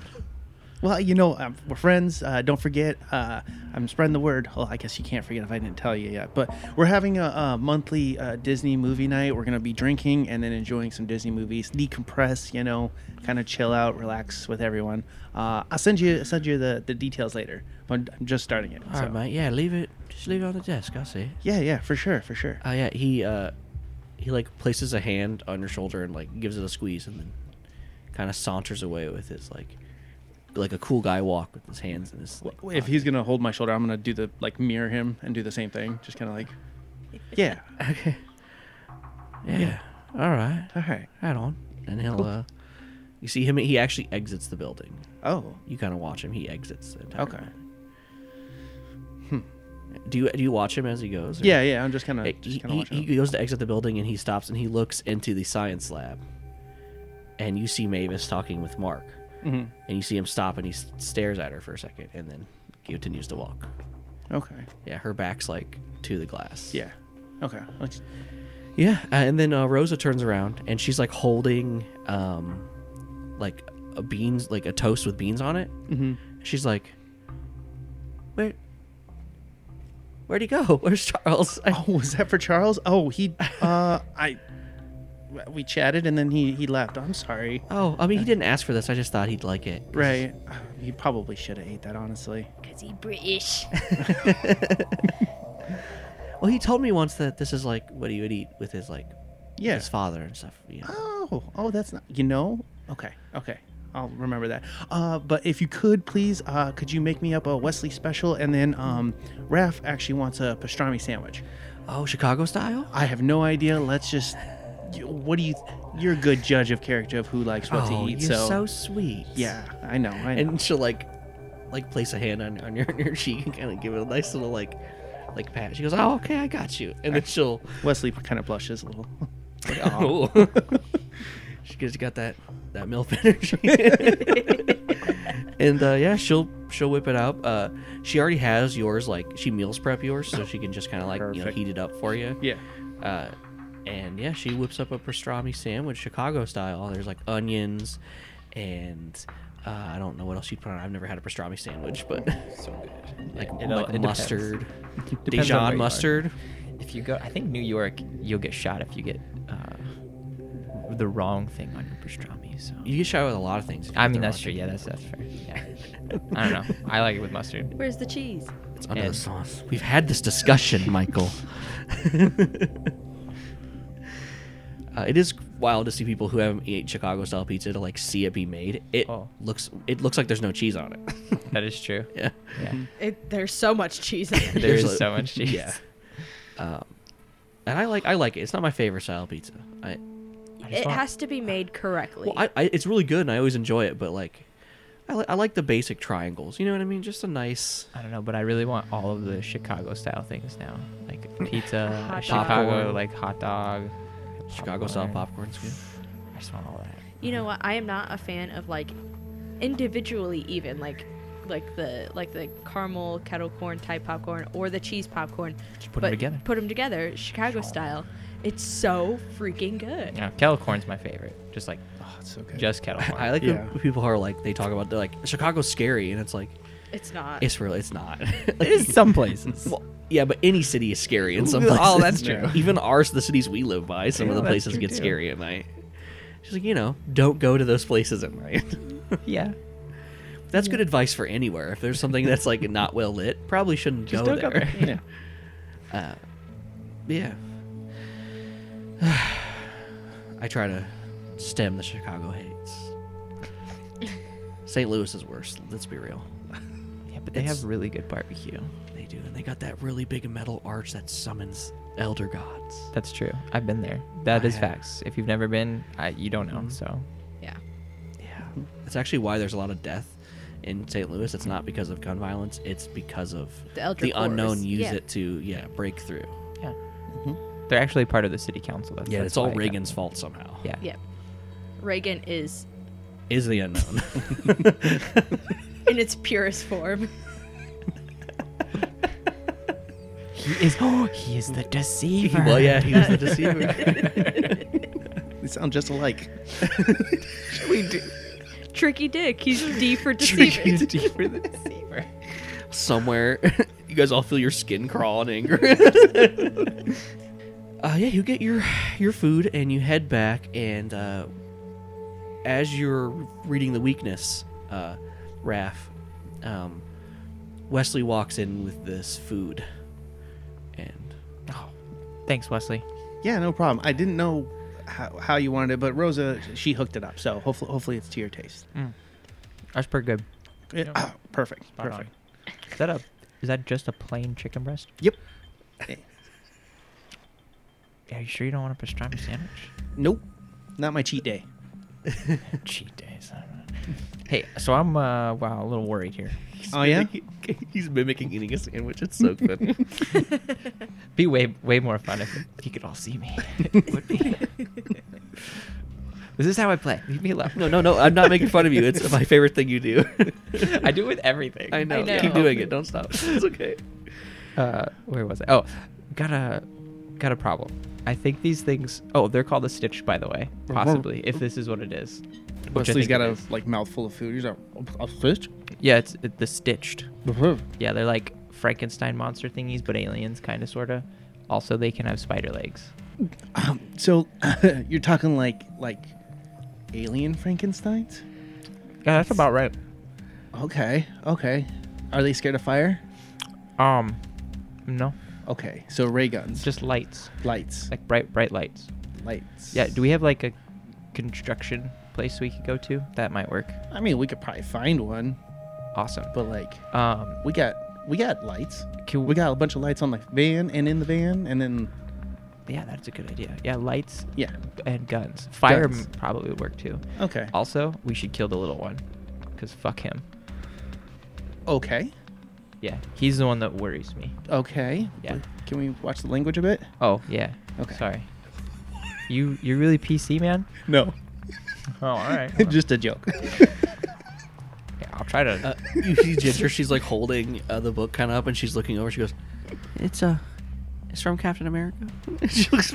Speaker 3: Well, you know, um, we're friends. Uh, don't forget, uh, I'm spreading the word. Well, I guess you can't forget if I didn't tell you yet. But we're having a, a monthly uh, Disney movie night. We're going to be drinking and then enjoying some Disney movies, decompress, you know, kind of chill out, relax with everyone. Uh, I'll send you I'll send you the, the details later. I'm, I'm just starting it.
Speaker 1: All right, mate. Yeah, leave it. Just leave it on the desk. I see." it."
Speaker 3: Yeah, yeah, for sure, for sure.
Speaker 1: Oh yeah, he uh he like places a hand on your shoulder and like gives it a squeeze and then kind of saunters away with his like like a cool guy walk with his hands in his like,
Speaker 3: If he's going to hold my shoulder, I'm going to do the, like, mirror him and do the same thing. Just kind of like, yeah,
Speaker 1: okay. Yeah. All right.
Speaker 3: all right.
Speaker 1: Right on. And he'll uh you see him he actually exits the building.
Speaker 3: Oh,
Speaker 1: You kind of watch him he exits. The entire
Speaker 3: Okay.
Speaker 1: building. Do you do you watch him as he goes? or-
Speaker 3: yeah, yeah. I'm just kind of
Speaker 1: Hey,
Speaker 3: just
Speaker 1: he,
Speaker 3: kind of watching.
Speaker 1: he-
Speaker 3: him.
Speaker 1: he goes to exit the building and he stops and he looks into the science lab and you see mavis talking with mark
Speaker 3: Mhm.
Speaker 1: and you see him stop and he s- stares at her for a second and then continues to walk
Speaker 3: Okay.
Speaker 1: yeah her back's like to the glass
Speaker 3: Yeah. Okay. Let's-
Speaker 1: yeah uh, and then uh, rosa turns around and she's like holding um like a beans like a toast with beans on it
Speaker 3: Mhm.
Speaker 1: she's like where where'd he go where's charles I-
Speaker 3: Oh, was that for Charles? Oh, he. Uh, I. We chatted and then he he left. I'm sorry.
Speaker 1: oh i mean he didn't ask for this i just thought he'd like it
Speaker 3: Right. You probably should have ate that, honestly.
Speaker 2: Cause he British.
Speaker 1: Well, he told me once that this is like what he would eat with his like
Speaker 3: Yeah.
Speaker 1: his father and stuff. You know.
Speaker 3: Oh, oh, that's not. You know. Okay. Okay. I'll remember that. Uh, but if you could please, uh, could you make me up a Wesley special and then um, Raph actually wants a pastrami sandwich.
Speaker 1: Oh, Chicago style.
Speaker 3: I have no idea. Let's just. you- What do you? You're a good judge of character of who likes what
Speaker 1: oh,
Speaker 3: to eat.
Speaker 1: you're so,
Speaker 3: so,
Speaker 1: sweet.
Speaker 3: yeah, I know. I know.
Speaker 1: and she'll like like place a hand on, on your on your cheek and kind of give it a nice little like like pat. She goes, "Oh, okay, I got you," and then she'll
Speaker 3: Wesley kind of blushes a little.
Speaker 1: like, "Oh." she goes, "You got that that milf energy." and uh, yeah, she'll she'll whip it up. Uh, she already has yours. Like she meals prep yours, so she can just kind of like you know
Speaker 3: Perfect.
Speaker 1: heat it up for you.
Speaker 3: Yeah.
Speaker 1: Uh, and yeah, she whips up a pastrami sandwich, Chicago style. There's like onions, and uh, I don't know what else you'd put on. it. I've never had a pastrami sandwich, but
Speaker 4: So good.
Speaker 1: like,
Speaker 4: It all- it
Speaker 1: like
Speaker 4: depends.
Speaker 1: mustard,
Speaker 4: Depends on where
Speaker 1: Dijon
Speaker 4: you are.
Speaker 1: mustard.
Speaker 4: If you go, I think New York, you'll get shot if you get uh, the wrong thing on your pastrami. So
Speaker 1: You get shot with a lot of things. if you
Speaker 4: I
Speaker 1: put
Speaker 4: mean,
Speaker 1: the
Speaker 4: that's
Speaker 1: wrong
Speaker 4: true.
Speaker 1: thing.
Speaker 4: Yeah, that's that's fair. Yeah. I don't know. I like it with mustard.
Speaker 2: Where's the cheese?
Speaker 1: It's under the
Speaker 4: And-
Speaker 1: sauce. We've had this discussion, Michael. Uh, it is wild to see people who haven't eaten Chicago style pizza to like see it be made. It
Speaker 4: Oh.
Speaker 1: looks it looks like there's no cheese on it.
Speaker 4: That is true.
Speaker 1: yeah.
Speaker 4: Yeah.
Speaker 1: Mm-hmm.
Speaker 2: It, there's so much cheese. In it.
Speaker 4: There
Speaker 1: There's
Speaker 4: is
Speaker 1: a-
Speaker 4: so much cheese.
Speaker 1: yeah. Um, and I like I like it. It's not my favorite style pizza. I,
Speaker 2: it
Speaker 4: want-
Speaker 2: has to be made correctly.
Speaker 1: well, I, I it's really good and I always enjoy it, but like I, li- I like the basic triangles. You know what I mean? Just a nice
Speaker 4: I don't know, but I really want all of the Chicago style things now, like pizza,
Speaker 2: Hot
Speaker 4: Chicago,
Speaker 1: Popcorn.
Speaker 4: like hot dog,
Speaker 1: Chicago style popcorn's good.
Speaker 4: I just want all that.
Speaker 2: you know what? I am not a fan of like individually even like like the like the caramel kettle corn type popcorn or the cheese popcorn.
Speaker 4: Just put
Speaker 2: but
Speaker 4: 'em together.
Speaker 2: Put them together, Chicago style. It's so freaking good.
Speaker 4: Yeah, kettle corn's my favorite. Just like
Speaker 3: Oh, it's so good.
Speaker 4: just kettle corn.
Speaker 1: I like
Speaker 3: Yeah.
Speaker 1: when people who are like they talk about they're like Chicago's scary and it's like
Speaker 2: It's not.
Speaker 1: it's really it's not.
Speaker 4: it is some places.
Speaker 1: Well, yeah, but any city is scary in some
Speaker 4: Ooh,
Speaker 1: places.
Speaker 4: oh, that's
Speaker 3: true.
Speaker 1: Even ours, the cities we live by, some of
Speaker 4: Yeah,
Speaker 1: the
Speaker 4: that's
Speaker 1: places
Speaker 4: true,
Speaker 1: get
Speaker 4: too.
Speaker 1: scary at night. She's like, you know, don't go to those places at night.
Speaker 4: yeah.
Speaker 1: That's good advice for anywhere. If there's something that's like not well lit, probably shouldn't
Speaker 4: Just
Speaker 1: go
Speaker 4: don't go
Speaker 1: there.
Speaker 4: there.
Speaker 3: Yeah.
Speaker 1: Yeah. I try to stem the Chicago hates. St. Louis is worse. Let's be real.
Speaker 6: Yeah, but they
Speaker 1: It's-
Speaker 6: have really good barbecue.
Speaker 1: They do, and they got that really big metal arch that summons elder gods.
Speaker 4: That's true. I've been there. That
Speaker 1: I
Speaker 4: is
Speaker 1: have.
Speaker 4: facts. If you've never been, I, you don't know.
Speaker 1: Mhm.
Speaker 4: So
Speaker 2: Yeah.
Speaker 1: Yeah, that's actually why there's a lot of death in St. Louis. It's not because of gun violence. It's because of
Speaker 2: The Eldritch Horrors.
Speaker 1: unknown use
Speaker 2: Yeah.
Speaker 1: it to yeah break through.
Speaker 4: yeah, they're actually part of the city council. That's,
Speaker 1: Yeah,
Speaker 4: that's
Speaker 1: it's all
Speaker 4: why I got-
Speaker 1: Reagan's fault somehow.
Speaker 4: Yeah.
Speaker 2: Yep. Reagan is
Speaker 1: is the unknown.
Speaker 2: in its purest form.
Speaker 4: He is. Oh, he is the deceiver.
Speaker 1: well, yeah, he was the deceiver.
Speaker 3: They sound just alike.
Speaker 2: Tricky Dick. He's D for deceiving.
Speaker 4: He's deeper than the deceiver.
Speaker 1: somewhere. you guys all feel your skin crawl in anger. uh, yeah, you get your your food and you head back. And uh, as you're reading the weakness, uh, Raph, um, Wesley walks in with this food, and
Speaker 4: Oh, thanks, Wesley.
Speaker 3: Yeah, no problem. I didn't know how, how you wanted it, but Rosa she hooked it up, so hopefully hopefully it's to your taste.
Speaker 4: That's pretty good.
Speaker 3: Yeah, ah, perfect,
Speaker 4: Spot
Speaker 3: perfect.
Speaker 4: on. Is that a? Is that just a plain chicken breast?
Speaker 3: Yep.
Speaker 4: Are you sure you don't want a pastrami sandwich?
Speaker 3: Nope, not my cheat day.
Speaker 4: Cheat days. I don't know. Hey, so I'm uh wow a little worried here.
Speaker 3: oh yeah,
Speaker 1: he's mimicking eating a sandwich. It's so good.
Speaker 4: Be way way more fun if you could all see me. It would be. this is how I play. Leave me alone.
Speaker 1: no, no, no. I'm not making fun of you. It's my favorite thing you do.
Speaker 4: I do it with everything.
Speaker 1: I know.
Speaker 2: I know.
Speaker 1: Keep doing it. Don't stop. It's okay.
Speaker 4: Uh, where was I? Oh, got a got a problem. I think these things. Oh, they're called a stitch, by the way. Possibly, if this is what it is. which I
Speaker 3: Wesley's
Speaker 4: think
Speaker 3: got
Speaker 4: it
Speaker 3: a
Speaker 4: is.
Speaker 3: like mouthful of food. He's like, a fish.
Speaker 4: Yeah, it's it, the stitched. Yeah, they're like Frankenstein monster thingies, but aliens, kind of, sort of. Also, they can have spider legs.
Speaker 3: Um, so you're talking like like alien Frankenstein's?
Speaker 4: Yeah, that's about right.
Speaker 3: Okay, okay. Are they scared of fire?
Speaker 4: Um, no,
Speaker 3: Okay, so ray guns,
Speaker 4: it's
Speaker 3: just
Speaker 4: just lights,
Speaker 3: lights,
Speaker 4: like bright, bright lights.
Speaker 3: lights.
Speaker 4: Yeah, do we have like a construction place we could go to? That might work.
Speaker 3: I mean, we could probably find one,
Speaker 4: Awesome.
Speaker 3: but like
Speaker 4: Um,
Speaker 3: we got we got lights.
Speaker 4: can
Speaker 3: We got a bunch of lights on the van and in the van, and then
Speaker 4: Yeah, that's a good idea. Yeah, lights
Speaker 3: yeah.
Speaker 4: and guns. Fire
Speaker 3: Guns.
Speaker 4: m probably would work too.
Speaker 3: Okay.
Speaker 4: Also, we should kill the little one, cause fuck him.
Speaker 3: Okay.
Speaker 4: Yeah, he's the one that worries me.
Speaker 3: Okay.
Speaker 4: Yeah.
Speaker 3: Can we watch the language a bit?
Speaker 4: Oh yeah.
Speaker 3: Okay.
Speaker 4: Sorry. You you're really PC man.
Speaker 3: No.
Speaker 4: Oh all right.
Speaker 3: Just a joke.
Speaker 4: yeah, I'll try to.
Speaker 1: Uh, you see Ginger, she's like holding uh, the book kind of up and she's looking over. She goes, It's Uh, it's from Captain America. she looks.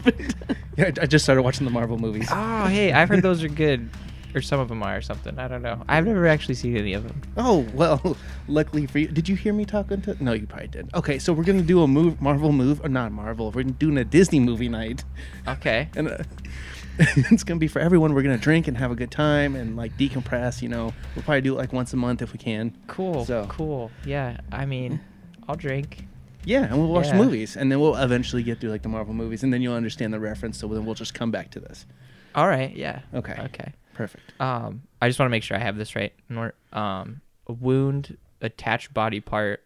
Speaker 3: yeah, I- I just started watching the Marvel movies.
Speaker 4: oh hey, I've heard those are good, or some of them are or something. I don't know. I've never actually seen any of them.
Speaker 3: Oh well, luckily for you. Did you hear me talking to? No, you probably did. Okay, so we're gonna do a move, Marvel move, or not Marvel. We're doing a Disney movie night,
Speaker 4: Okay.
Speaker 3: and uh, it's gonna be for everyone. We're gonna drink and have a good time and like decompress. You know, we'll probably do it like once a month if we can.
Speaker 4: Cool.
Speaker 3: So-
Speaker 4: Cool. Yeah. I mean, I'll drink.
Speaker 3: Yeah, and we'll watch
Speaker 4: Yeah.
Speaker 3: movies, and then we'll eventually get through like the Marvel movies, and then you'll understand the reference. So then we'll just come back to this.
Speaker 4: All right. Yeah.
Speaker 3: Okay.
Speaker 4: Okay.
Speaker 3: Perfect.
Speaker 4: Um, I just want to make sure I have this right. Nor- Um, a wound, attached body part.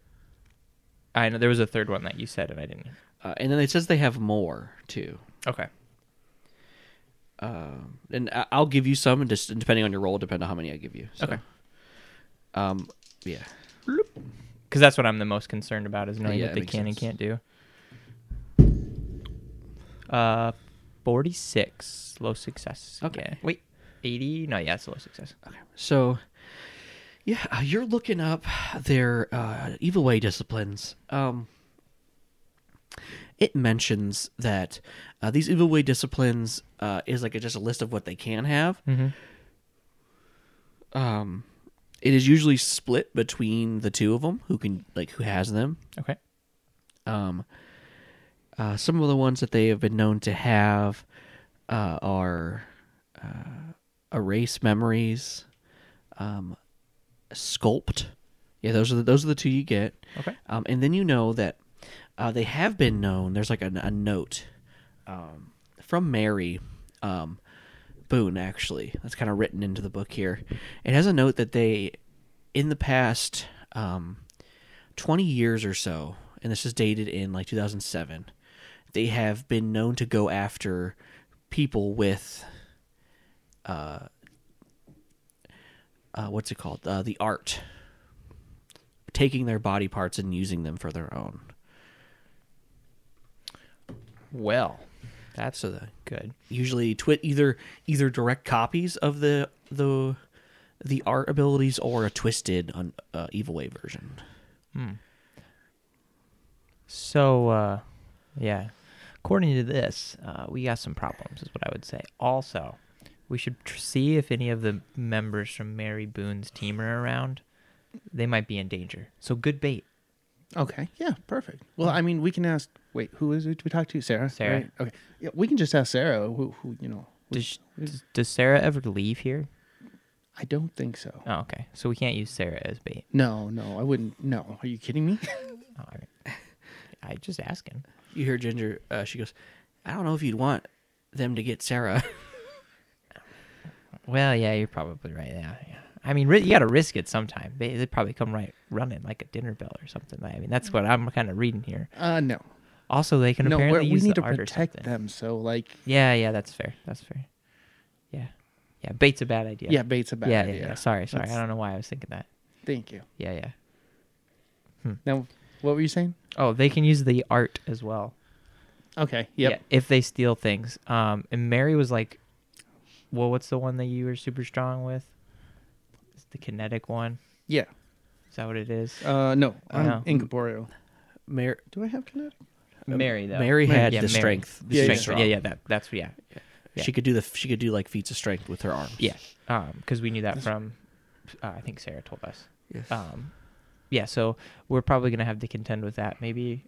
Speaker 4: I know there was a third one that you said and I didn't.
Speaker 1: Uh, and then it says they have more too.
Speaker 4: Okay.
Speaker 1: Um, and I- I'll give you some, and just depending on your roll, depending on how many I give you. So,
Speaker 4: Okay.
Speaker 1: Um, yeah.
Speaker 4: Because that's what I'm the most concerned about is knowing
Speaker 1: Yeah,
Speaker 4: what
Speaker 1: that
Speaker 4: they
Speaker 1: makes
Speaker 4: can
Speaker 1: sense.
Speaker 4: and can't do. Uh, forty-six, low success.
Speaker 1: Okay.
Speaker 4: Yeah. Wait, eighty? No, yeah, it's a low success.
Speaker 1: So, yeah, uh, you're looking up their uh, evil way disciplines. Um, it mentions that uh, these evil way disciplines uh, is like a, just a list of what they can have. Um, it is usually split between the two of them who can like who has them.
Speaker 4: Okay.
Speaker 1: Um, uh, some of the ones that they have been known to have uh, are uh, erase memories, um, sculpt. Yeah, those are the, those are the two you get.
Speaker 4: Okay.
Speaker 1: Um, and then you know that uh, they have been known. There's like a, a note um, from Mary um, spoon, actually. That's kind of written into the book here. It has a note that they, in the past um, 20 years or so, and this is dated in like 2007, they have been known to go after people with, uh, uh, what's it called? Uh, the art. Taking their body parts and using them for their own.
Speaker 4: Well, that's
Speaker 1: So the
Speaker 4: good.
Speaker 1: usually twi- either either direct copies of the the the art abilities or a twisted on uh, evil way version.
Speaker 4: So, uh, yeah. According to this, uh, we got some problems, is what I would say. Also, we should tr- see if any of the members from Mary Boone's team are around. They might be in danger. So, good bait.
Speaker 3: Okay. Yeah. Perfect. Well, I mean, we can ask. Wait, who is it we talked to? Sarah.
Speaker 4: Sarah.
Speaker 3: right? Okay. Yeah, we can just ask Sarah. Who, who you know? who-
Speaker 4: Does, does, does Sarah ever leave here?
Speaker 3: I don't think so.
Speaker 4: Oh, okay. So, we can't use Sarah as bait.
Speaker 3: No, no, I wouldn't. No, are you kidding me?
Speaker 4: Oh, all right. I just asking.
Speaker 1: You hear Ginger? Uh, she goes, "I don't know if you'd want them to get Sarah."
Speaker 4: Well, yeah, you're probably right. Yeah, yeah. I mean, ri- you got to risk it sometime. They, they'd probably come right running like a dinner bell or something. I mean, that's what I'm kind of reading here.
Speaker 3: Uh, no,
Speaker 4: Also, they can
Speaker 3: no. we're-
Speaker 4: apparently
Speaker 3: We
Speaker 4: use
Speaker 3: need
Speaker 4: the
Speaker 3: to
Speaker 4: art or
Speaker 3: protect
Speaker 4: something.
Speaker 3: them. So, like,
Speaker 4: Yeah, yeah, that's fair. That's fair. Yeah, yeah. Bait's a bad idea.
Speaker 3: yeah, bait's a bad
Speaker 4: yeah,
Speaker 3: idea.
Speaker 4: yeah, yeah. Sorry, sorry. I
Speaker 3: That's-
Speaker 4: don't know why I was thinking that.
Speaker 3: Thank you.
Speaker 4: Yeah, yeah.
Speaker 3: Now, what were you saying?
Speaker 4: Oh, they can use the art as well.
Speaker 3: Okay. Yep.
Speaker 4: Yeah, if they steal things. Um, and Mary was like, "Well, what's the one that you were super strong with? It's the kinetic one.
Speaker 3: Yeah.
Speaker 4: Is that what it is?
Speaker 3: Uh, no,
Speaker 4: I
Speaker 3: I'm
Speaker 4: know.
Speaker 3: incorporeal.
Speaker 1: Mary,
Speaker 3: Do I have kinetic?
Speaker 4: Mary though.
Speaker 1: Mary had
Speaker 4: Yeah,
Speaker 1: the
Speaker 4: Mary.
Speaker 1: strength.
Speaker 3: Yeah,
Speaker 1: Yeah,
Speaker 3: yeah.
Speaker 1: yeah.
Speaker 4: Strength. yeah, yeah, that, that's yeah, yeah.
Speaker 1: She could do the she could do like feats of strength with her arms.
Speaker 4: yeah. Um, because we knew that from, uh, I think Sarah told us.
Speaker 1: Yes.
Speaker 4: Um, yeah. So we're probably gonna have to contend with that maybe,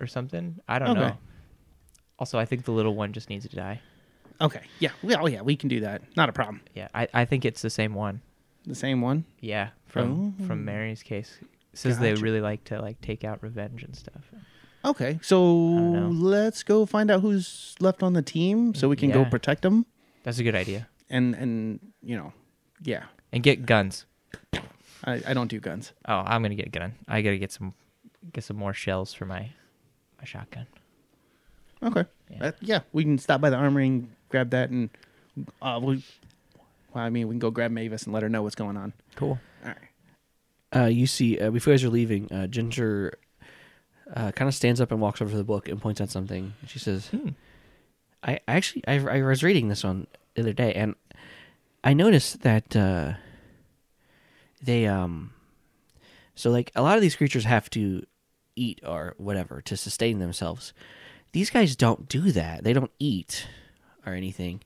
Speaker 4: or something. I don't
Speaker 3: Okay.
Speaker 4: know. Also, I think the little one just needs to die.
Speaker 3: Okay. Yeah. We, oh, yeah. We can do that. Not a problem.
Speaker 4: Yeah, I, I think it's the same one.
Speaker 3: The same one.
Speaker 4: Yeah, from from Mary's case, says they
Speaker 3: Gotcha.
Speaker 4: really like to like take out revenge and stuff.
Speaker 3: Okay. So
Speaker 4: know.
Speaker 3: let's go find out who's left on the team, so we can go
Speaker 4: Yeah.
Speaker 3: protect them.
Speaker 4: That's a good idea.
Speaker 3: And and you know, yeah.
Speaker 4: And get guns.
Speaker 3: I, I don't do guns.
Speaker 4: Oh, I'm gonna get a gun. I gotta get some get some more shells for my my shotgun.
Speaker 3: Okay.
Speaker 4: Yeah.
Speaker 3: Yeah. yeah. We can stop by the armory and grab that, and uh, we. Well, I mean, we can go grab Mavis and let her know what's going on.
Speaker 4: Cool.
Speaker 3: All right.
Speaker 1: Uh, you see, uh, before you guys are leaving, uh, Ginger uh, kind of stands up and walks over to the book and points out something. She says, "I I actually, I, I was reading this one the other day, and I noticed that uh, they um, so like a lot of these creatures have to eat or whatever to sustain themselves. These guys don't do that. They don't eat or anything,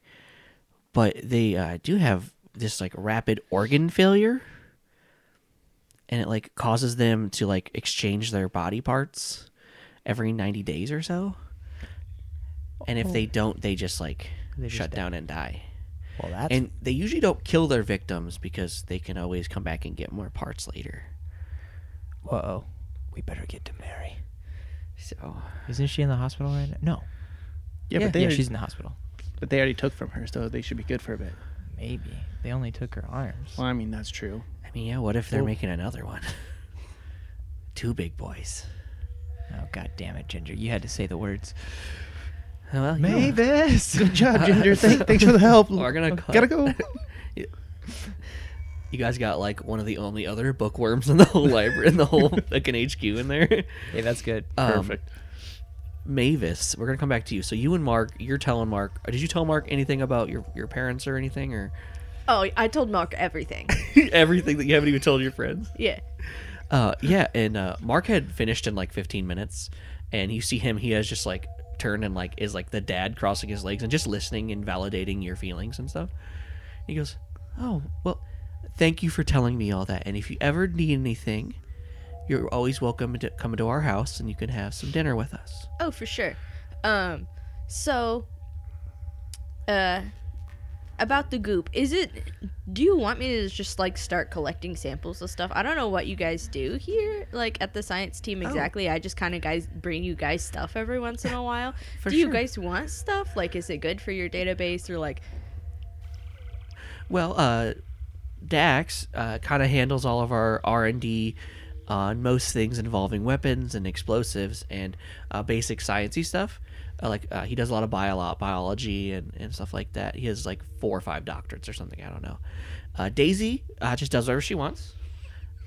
Speaker 1: but they uh, do have this like rapid organ failure." and it like causes them to like exchange their body parts every 90 days or so and if they don't they just like
Speaker 4: Oh. They just
Speaker 1: shut
Speaker 4: die.
Speaker 1: down and die
Speaker 4: Well, that's
Speaker 1: and they usually don't kill their victims because they can always come back and get more parts later
Speaker 4: whoa. We better get to Mary.
Speaker 1: so
Speaker 4: Isn't she in the hospital right now? No.
Speaker 3: Yeah, but they
Speaker 4: yeah,
Speaker 3: already,
Speaker 4: she's in the hospital.
Speaker 3: but they already took from her, so they should be good for a bit.
Speaker 4: Maybe they only took her arms.
Speaker 3: Well, I mean, that's true.
Speaker 1: i mean yeah what if they're
Speaker 4: Well-
Speaker 1: making another one two big boys
Speaker 4: Oh god damn it, Ginger! You had to say the words.
Speaker 1: Oh, well, you know.
Speaker 4: Mavis.
Speaker 3: Good job, Ginger. Thank, thanks for the help.
Speaker 1: We're gonna
Speaker 3: gotta
Speaker 1: cut.
Speaker 3: go.
Speaker 1: you guys got like one of the only other bookworms in the whole library in the whole like an hq in there
Speaker 4: hey, that's good.
Speaker 1: Um, Mavis, we're gonna come back to you. So you and Mark, you're telling Mark. Did you tell Mark anything about your your parents or anything or
Speaker 2: Oh, I told Mark everything.
Speaker 1: everything that you haven't even told your friends?
Speaker 2: yeah.
Speaker 1: Uh, yeah. And uh, Mark had finished in like 15 minutes, and you see him. He has just like turned and like is like the dad crossing his legs and just listening and validating your feelings and stuff. He goes, "Oh well, thank you for telling me all that. And if you ever need anything." You're always welcome to come into our house, and you can have some dinner with us.
Speaker 2: Oh, for sure. Um, so, uh, about the goop, is it? Do you want me to just like start collecting samples of stuff? I don't know what you guys do here, like at the science team
Speaker 1: Oh.
Speaker 2: exactly. I just kind of guys bring you guys stuff every once in a while.
Speaker 1: For
Speaker 2: do you
Speaker 1: sure.
Speaker 2: guys want stuff? Like, is it good for your database or like?
Speaker 1: Well, uh, Dax uh, kind of handles all of our R and D on most things involving weapons and explosives and uh, basic sciency stuff. Uh, like uh, he does a lot of bio- biology and, and stuff like that. He has like four or five doctorates or something. I don't know. Uh, Daisy uh, just does whatever she wants.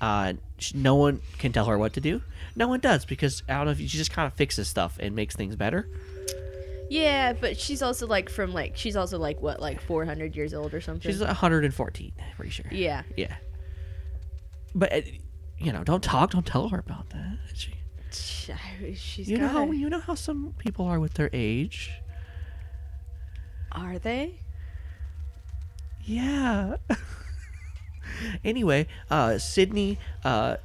Speaker 1: Uh, sh- no one can tell her what to do. No one does because I don't know if she just kind of fixes stuff and makes things better.
Speaker 2: Yeah, but she's also like from like she's also like what like 400 years old or something.
Speaker 1: She's 114, pretty sure.
Speaker 2: yeah.
Speaker 1: Yeah. But uh, you know, don't talk. Don't tell her about that. She,
Speaker 2: She's
Speaker 1: you know
Speaker 2: got
Speaker 1: how you know how some people are with their age.
Speaker 2: Are they?
Speaker 1: Yeah. anyway, uh, Sydney, uh,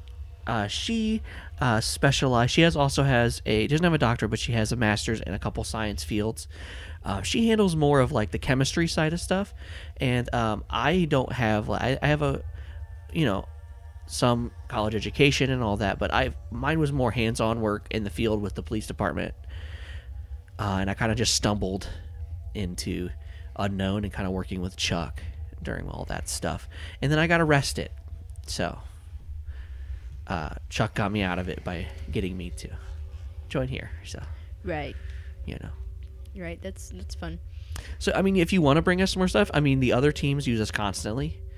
Speaker 1: uh, she uh, specializes. She has also has a doesn't have a doctorate, but she has a master's in a couple science fields. Uh, she handles more of like the chemistry side of stuff, and um, I don't have. like, I, I have a, you know, some college education and all that, but I mine was more hands-on work in the field with the police department, uh, and I kind of just stumbled into unknown and kind of working with Chuck during all that stuff, and then I got arrested, so uh, Chuck got me out of it by getting me to join here, so
Speaker 2: Right.
Speaker 1: you know.
Speaker 2: Right. That's that's fun.
Speaker 1: So I mean, if you want to bring us more stuff, I mean, the other teams use us constantly.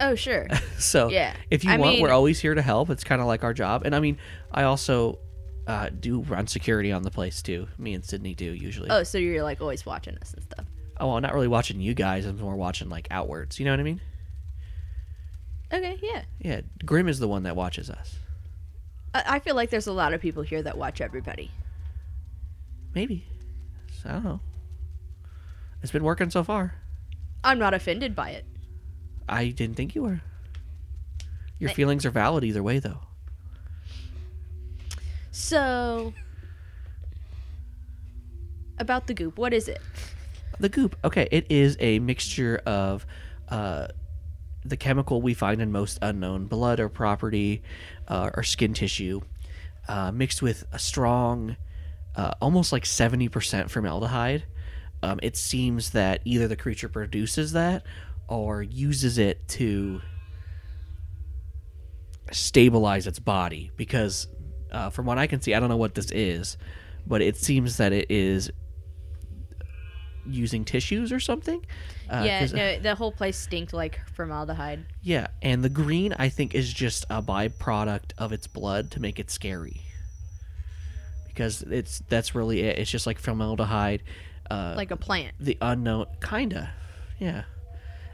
Speaker 2: Oh sure.
Speaker 1: So
Speaker 2: Yeah.
Speaker 1: if you
Speaker 2: I
Speaker 1: want,
Speaker 2: mean-
Speaker 1: we're always here to help. It's kind of like our job. And I mean, I also uh, do run security on the place too. Me and Sydney do usually.
Speaker 2: oh, so you're like always watching us and stuff.
Speaker 1: oh, well, I'm not really watching you guys. I'm more watching like outwards. You know what I mean?
Speaker 2: Okay. Yeah.
Speaker 1: Yeah. Grim is the one that watches us.
Speaker 2: I, I feel like there's a lot of people here that watch everybody.
Speaker 1: Maybe. So, I don't know. It's been working so far.
Speaker 2: I'm not offended by it.
Speaker 1: I didn't think you were. Your
Speaker 2: I-
Speaker 1: feelings are valid either way, though.
Speaker 2: So about the goop, what is it?
Speaker 1: The goop. Okay, it is a mixture of uh, the chemical we find in most unknown blood or property uh, or skin tissue, uh, mixed with a strong, uh, almost like 70% formaldehyde. Um, it seems that either the creature produces that or uses it to stabilize its body because, uh, from what I can see, I don't know what this is, but it seems that it is using tissues or something. Uh,
Speaker 2: yeah,
Speaker 1: 'cause-
Speaker 2: no, the whole place stinked like formaldehyde.
Speaker 1: yeah, and the green I think is just a byproduct of its blood to make it scary. Because it's that's really it. It's just like formaldehyde, uh,
Speaker 2: Like a plant.
Speaker 1: the unknown, kinda, yeah.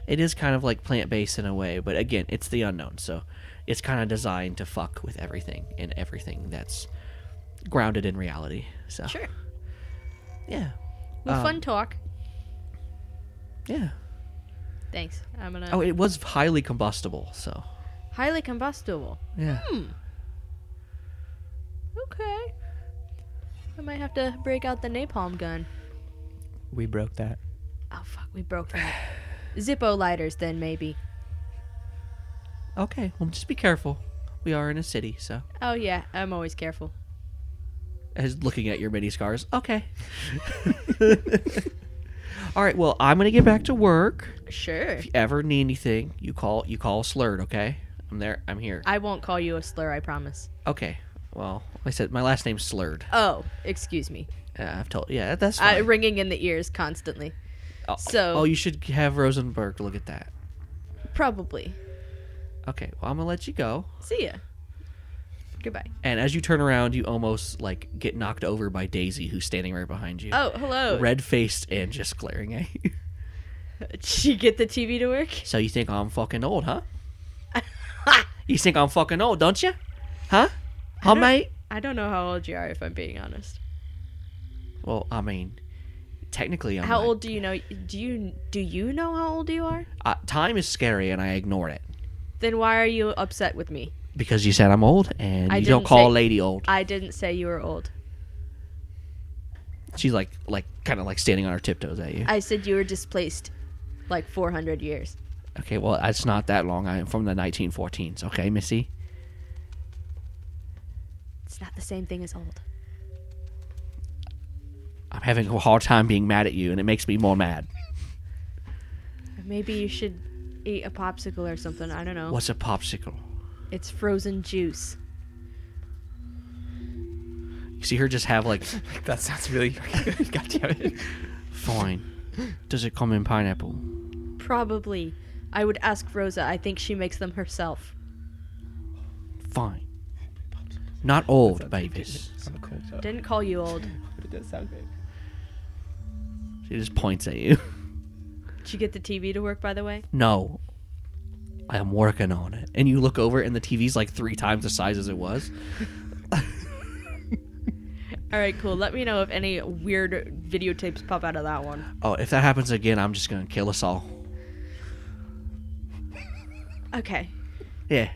Speaker 1: It is kind of like plant based in a way, but again, it's the unknown, so it's kind of designed to fuck with everything and everything that's grounded in reality. So
Speaker 2: Sure.
Speaker 1: yeah,
Speaker 2: Well,
Speaker 1: Um,
Speaker 2: fun talk.
Speaker 1: yeah.
Speaker 2: Thanks. I'm gonna
Speaker 1: Oh, it was highly combustible, so
Speaker 2: highly combustible. Hmm.
Speaker 1: yeah.
Speaker 2: Okay. I might have to break out the napalm gun.
Speaker 4: We broke that.
Speaker 2: Oh fuck, we broke that. Zippo lighters then maybe.
Speaker 1: Okay, well, just be careful. We are in a city, so.
Speaker 2: Oh yeah, I'm always careful.
Speaker 1: as looking at your mini scars. Okay. All right. Well, I'm gonna get back to work.
Speaker 2: Sure.
Speaker 1: If you ever need anything, you call. You call slurred. Okay. I'm there. I'm here.
Speaker 2: I won't call you a slur, I promise.
Speaker 1: Okay. Well, I said my last name's slurred.
Speaker 2: Oh, excuse me.
Speaker 1: Uh, I've told. Yeah, that's
Speaker 2: I,
Speaker 1: fine.
Speaker 2: ringing in the ears constantly.
Speaker 1: oh,
Speaker 2: so-
Speaker 1: Oh, you should have Rosenberg look at that.
Speaker 2: Probably.
Speaker 1: Okay. Well, I'm gonna let you go.
Speaker 2: See ya. Goodbye.
Speaker 1: And as you turn around, you almost like get knocked over by Daisy, who's standing right behind you.
Speaker 2: Oh, hello.
Speaker 1: Red faced and just glaring at you.
Speaker 2: Did you get the TV to work?
Speaker 1: So you think I'm fucking old, huh? you think I'm fucking old, don't you? Huh? Huh,
Speaker 2: don't-
Speaker 1: mate?
Speaker 2: I don't know how old you are, if I'm being honest.
Speaker 1: Well, I mean, technically, I'm.
Speaker 2: how
Speaker 1: not-
Speaker 2: old do you know? Do you do you know how old you are?
Speaker 1: Uh, time is scary, and I ignore it
Speaker 2: Then why are you upset with me?
Speaker 1: because you said I'm old, and
Speaker 2: I
Speaker 1: you don't
Speaker 2: didn't
Speaker 1: call a
Speaker 2: say-
Speaker 1: lady old.
Speaker 2: I didn't say you were old.
Speaker 1: She's like, like, kind of like standing on her tiptoes at you.
Speaker 2: I said you were displaced like 400 years.
Speaker 1: okay, well, it's not that long. I am from the 1914s. Okay, Missy.
Speaker 2: It's not the same thing as old.
Speaker 1: I'm having a hard time being mad at you, and it makes me more mad.
Speaker 2: Maybe you should ate a popsicle or something. I don't know.
Speaker 1: What's a popsicle?
Speaker 2: It's frozen juice.
Speaker 1: You see her just have like,
Speaker 4: that sounds really God damn it.
Speaker 1: fine. Does it come in pineapple?
Speaker 2: Probably. I would ask Rosa. I think she makes them herself.
Speaker 1: Fine. Not old, Mavis.
Speaker 4: I'm cold.
Speaker 2: Didn't call you old.
Speaker 4: But it does sound good.
Speaker 1: She just points at you.
Speaker 2: Did you get the TV to work, by the way?
Speaker 1: No. I am working on it. And you look over and the TV's like three times the size as it was.
Speaker 2: All right, cool. Let me know if any weird videotapes pop out of that one.
Speaker 1: Oh, if that happens again, I'm just gonna kill us all.
Speaker 2: Okay.
Speaker 1: Yeah.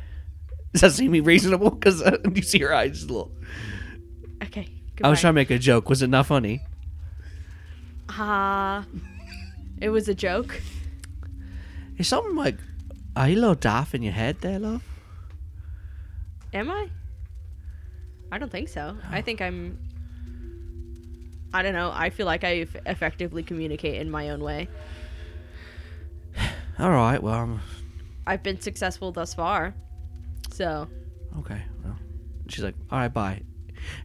Speaker 1: Does that seem reasonable? Because uh, you see her eyes just a little.
Speaker 2: Okay.
Speaker 1: I was
Speaker 2: goodbye.
Speaker 1: trying to make a joke. Was it not funny?
Speaker 2: Ah. it was a joke.
Speaker 1: Is something like, are you a little daft in your head there, love?
Speaker 2: Am I? I don't think so. I think I'm. I don't know. I feel like I f- effectively communicate in my own way.
Speaker 1: All right. Well, I'm
Speaker 2: I've been successful thus far. So,
Speaker 1: okay. Well, she's like, all right, bye.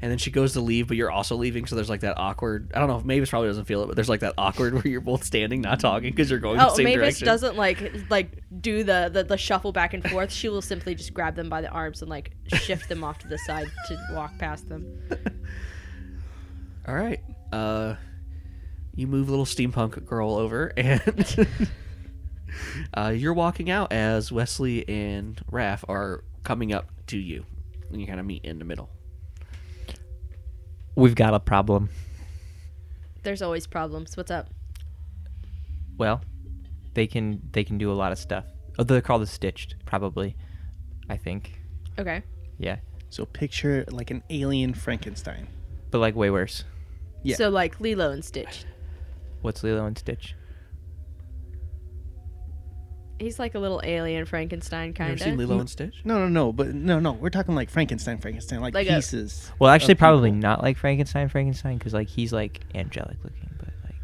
Speaker 1: And then she goes to leave, but you're also leaving. So there's like that awkward. I don't know if Mavis probably doesn't feel it, but there's like that awkward where you're both standing, not talking, because you're going the
Speaker 2: oh,
Speaker 1: same
Speaker 2: Mavis
Speaker 1: direction.
Speaker 2: doesn't like like do the, the the shuffle back and forth. She will simply just grab them by the arms and like shift them off to the side to walk past them.
Speaker 1: All right. Uh, you move little steampunk girl over, and uh, you're walking out as Wesley and Raph are coming up to you, and you kind of meet in the middle.
Speaker 4: We've got a problem.
Speaker 2: There's always problems. What's up?
Speaker 4: Well, they can they can do a lot of stuff. Oh, they're called the stitched, probably. I think.
Speaker 2: Okay.
Speaker 4: Yeah,
Speaker 3: So picture like an alien Frankenstein.
Speaker 4: but like way worse.
Speaker 3: Yeah.
Speaker 2: So like Lilo and Stitch.
Speaker 4: What's Lilo and Stitch?
Speaker 2: He's like a little alien Frankenstein
Speaker 1: You
Speaker 2: kind
Speaker 1: ever seen
Speaker 2: of.
Speaker 1: Lilo and Stitch?
Speaker 3: No, no, no, but no, no. We're talking like Frankenstein, Frankenstein, like,
Speaker 2: Like a-
Speaker 3: pieces.
Speaker 4: Well, actually,
Speaker 3: of people.
Speaker 4: probably not like Frankenstein, Frankenstein, because like he's like angelic looking, but like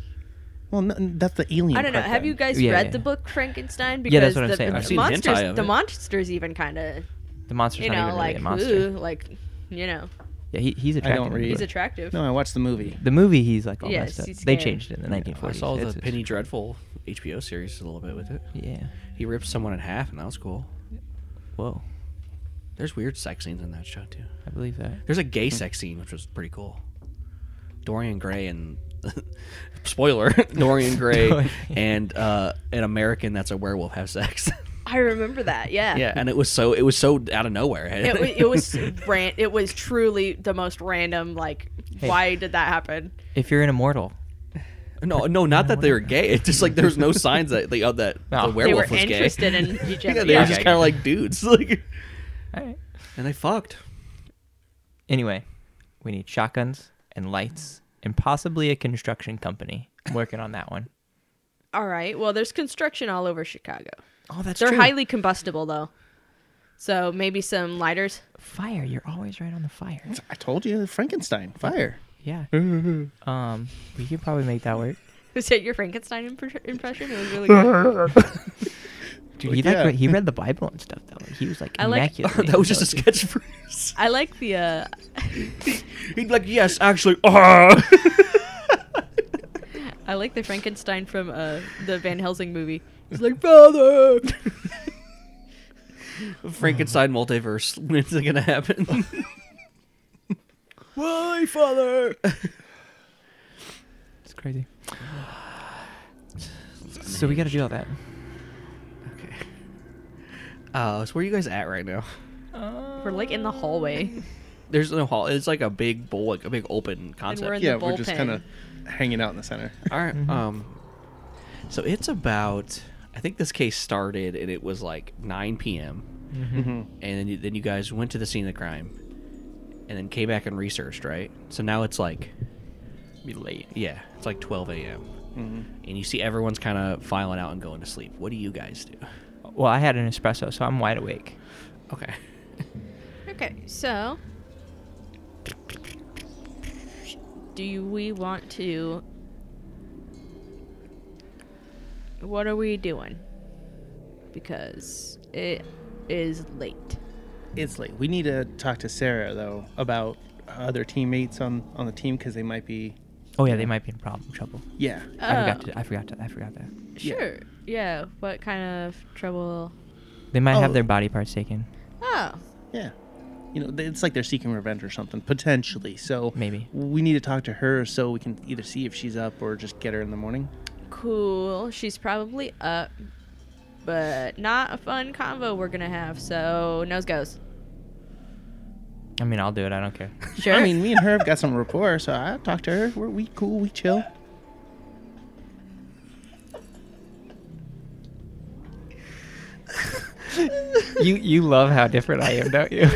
Speaker 3: Well, no, that's the alien.
Speaker 2: I don't know.
Speaker 3: part
Speaker 2: Have
Speaker 3: then.
Speaker 2: you guys
Speaker 4: Yeah,
Speaker 2: read
Speaker 4: yeah.
Speaker 2: the book Frankenstein? Because
Speaker 4: Yeah, that's what I'm
Speaker 2: the,
Speaker 4: saying.
Speaker 2: the
Speaker 4: I've seen
Speaker 1: hentai
Speaker 2: monsters,
Speaker 1: of
Speaker 2: the
Speaker 1: it.
Speaker 2: monsters even kind of,
Speaker 4: the monster's
Speaker 2: you
Speaker 4: not
Speaker 2: know,
Speaker 4: even
Speaker 2: like
Speaker 4: really a monster.
Speaker 2: ooh, like, you know,
Speaker 4: Yeah, he, he's
Speaker 3: don't
Speaker 4: attractive. in the
Speaker 3: read.
Speaker 2: he's
Speaker 4: book.
Speaker 2: attractive.
Speaker 3: No, I watched the movie.
Speaker 4: the movie, he's like all
Speaker 2: Yes,
Speaker 4: messed up.
Speaker 2: he's
Speaker 4: They
Speaker 2: scary.
Speaker 4: changed it in the 1940s.
Speaker 1: I saw the
Speaker 4: It's-
Speaker 1: Penny Dreadful HBO series a little bit with it.
Speaker 4: Yeah.
Speaker 1: He ripped someone in half, and that was cool.
Speaker 4: Whoa,
Speaker 1: There's weird sex scenes in that show too.
Speaker 4: I believe that.
Speaker 1: There's a gay sex scene, which was pretty cool. Dorian Gray and spoiler, Dorian Gray
Speaker 4: Dorian.
Speaker 1: and uh, an American that's a werewolf have sex.
Speaker 2: I remember that. Yeah.
Speaker 1: yeah, and it was so it was so out of nowhere.
Speaker 2: It, wa- it was ran- It was truly the most random. Like, why did that happen?
Speaker 4: If you're an immortal,
Speaker 1: no, no, not that they were gay. It's just like there's no signs that they of that
Speaker 4: No. They
Speaker 1: the
Speaker 4: were
Speaker 2: They were
Speaker 1: werewolf was gay.
Speaker 2: interested in each
Speaker 1: yeah,
Speaker 2: other.
Speaker 1: they
Speaker 2: Yeah.
Speaker 1: were just kind of like dudes, like,
Speaker 4: all right.
Speaker 1: and they fucked.
Speaker 4: Anyway, we need shotguns and lights and possibly a construction company. I'm working on that one.
Speaker 2: All right. Well, there's construction all over Chicago.
Speaker 4: Oh, that's
Speaker 2: They're highly combustible though, so maybe some lighters.
Speaker 4: fire. You're always right on the fire.
Speaker 3: I told you, Frankenstein, fire.
Speaker 4: Yeah. um, we could probably make that work.
Speaker 2: Was that your Frankenstein impre- impression? It was really good.
Speaker 4: Dude,
Speaker 3: Like,
Speaker 4: he like
Speaker 3: yeah.
Speaker 4: re- he read the Bible and stuff though. He was like
Speaker 2: I like-
Speaker 4: immaculate.
Speaker 1: that was just a sketch phrase.
Speaker 2: I like the. uh
Speaker 1: He'd be like, yes, actually, uh.
Speaker 2: I like the Frankenstein from uh the Van Helsing movie.
Speaker 1: It's like, father. Frankenstein multiverse. When's it gonna happen? Why, father?
Speaker 4: It's crazy. So we got to do all that.
Speaker 1: Okay. Uh, so where are you guys at right now?
Speaker 2: We're like in the hallway.
Speaker 1: There's no hall. It's like a big bowl, like a big open concept.
Speaker 2: we're in-
Speaker 3: yeah,
Speaker 2: the
Speaker 3: we're just
Speaker 2: bullpen.
Speaker 3: kind of hanging out in the center.
Speaker 1: All right, Um. So it's about. I think this case started, and it was like 9 p.m. And then you, then you guys went to the scene of the crime, and then came back and researched. Right. So now it's like
Speaker 4: Be late.
Speaker 1: Yeah, it's like 12 a.m. And you see everyone's kind of filing out and going to sleep. What do you guys do?
Speaker 4: Well, I had an espresso, so I'm wide awake.
Speaker 1: Okay.
Speaker 2: Okay, so do you- we want to? What are we doing? because it is late.
Speaker 3: It's late. We need to talk to Sarah though about other teammates on on the team because they might be.
Speaker 4: Oh yeah, they might be in problem trouble.
Speaker 3: Yeah.
Speaker 4: I forgot
Speaker 2: Oh.
Speaker 4: to. I forgot to. I forgot that.
Speaker 3: Yeah.
Speaker 2: Sure. Yeah. What kind of trouble?
Speaker 4: They might
Speaker 3: Oh.
Speaker 4: have their body parts taken.
Speaker 2: Oh.
Speaker 3: Yeah. You know, they- it's like they're seeking revenge or something potentially. So
Speaker 4: Maybe.
Speaker 3: we need to talk to her so we can either see if she's up or just get her in the morning.
Speaker 2: Cool. She's probably up, but not a fun convo we're gonna have. So nose goes.
Speaker 4: I mean, I'll do it. I don't care.
Speaker 2: Sure.
Speaker 3: I mean, me and her have got some rapport, so I talk to her. We're we cool. We chill.
Speaker 4: you you love how different I am, don't you?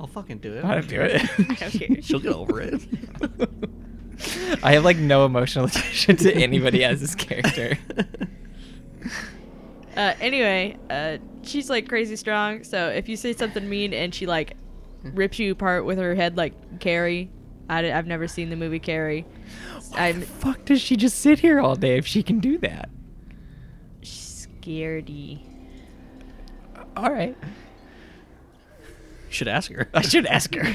Speaker 1: I'll fucking do
Speaker 4: I don't
Speaker 1: it.
Speaker 4: do it.
Speaker 2: don't care.
Speaker 1: She'll get over it.
Speaker 4: I have like no emotional attention to anybody as this character.
Speaker 2: Uh, anyway, uh, she's like crazy strong. So if you say something mean and she like rips you apart with her head, like Carrie. I, have never seen the movie Carrie. I'm
Speaker 4: Fuck, does she just sit here all day if she can do that?
Speaker 2: scaredy.
Speaker 4: All right,
Speaker 1: Should ask her.
Speaker 4: I should ask her.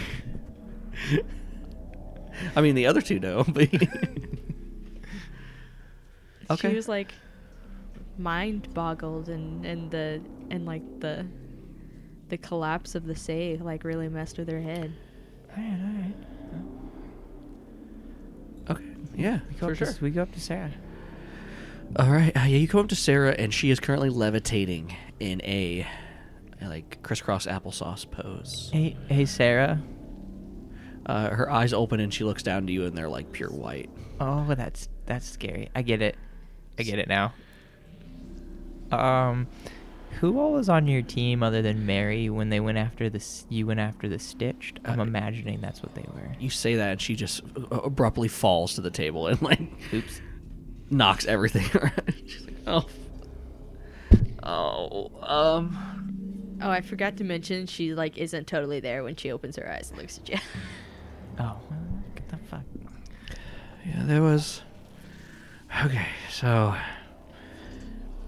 Speaker 1: I mean, the other two know, but
Speaker 2: She
Speaker 1: Okay.
Speaker 2: was like mind boggled and and the and like the the collapse of the save like really messed with her head.
Speaker 4: All right, all right.
Speaker 1: okay, yeah,
Speaker 4: We go,
Speaker 1: for
Speaker 4: up to,
Speaker 1: sure.
Speaker 4: we go up to Sarah.
Speaker 1: All right, uh, yeah, you come up to Sarah, and she is currently levitating in a a, like crisscross applesauce pose.
Speaker 4: Hey, hey, Sarah.
Speaker 1: Uh, her eyes open, and she looks down to you, and they're like pure white.
Speaker 4: Oh, that's that's scary. I get it. I get it now. Um, who all was on your team other than Mary when they went after the s- you went after the stitched? I'm
Speaker 1: Uh,
Speaker 4: imagining that's what they were.
Speaker 1: You say that, and she just uh, abruptly falls to the table and like
Speaker 4: Oops.
Speaker 1: knocks everything around. She's like, oh, oh, um,
Speaker 2: Oh, I forgot to mention she like isn't totally there when she opens her eyes and looks at you.
Speaker 4: Oh, well, what the fuck?
Speaker 1: yeah, there was. Okay, so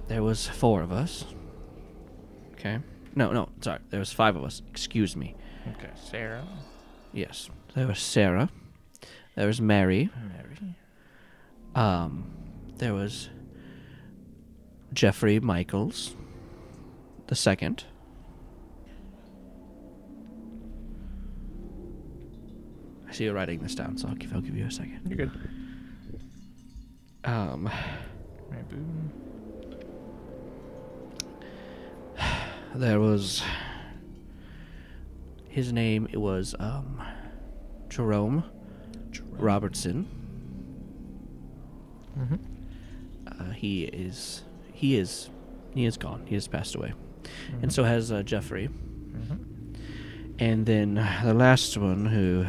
Speaker 1: there was four of us. Okay, no, no, sorry, there was five of us. Excuse me.
Speaker 4: Okay, Sarah.
Speaker 1: Yes, there was Sarah. There was Mary.
Speaker 4: Mary.
Speaker 1: Um, there was Jeffrey Michaels, the second. I see you're writing this down, so I'll give, I'll give you a second.
Speaker 4: You're good.
Speaker 1: Um, there was his name. It was um, Jerome, Robertson.
Speaker 4: Mm-hmm.
Speaker 1: Uh, he is he is he is gone. He has passed away, and so has uh, Jeffrey. And then uh, the last one who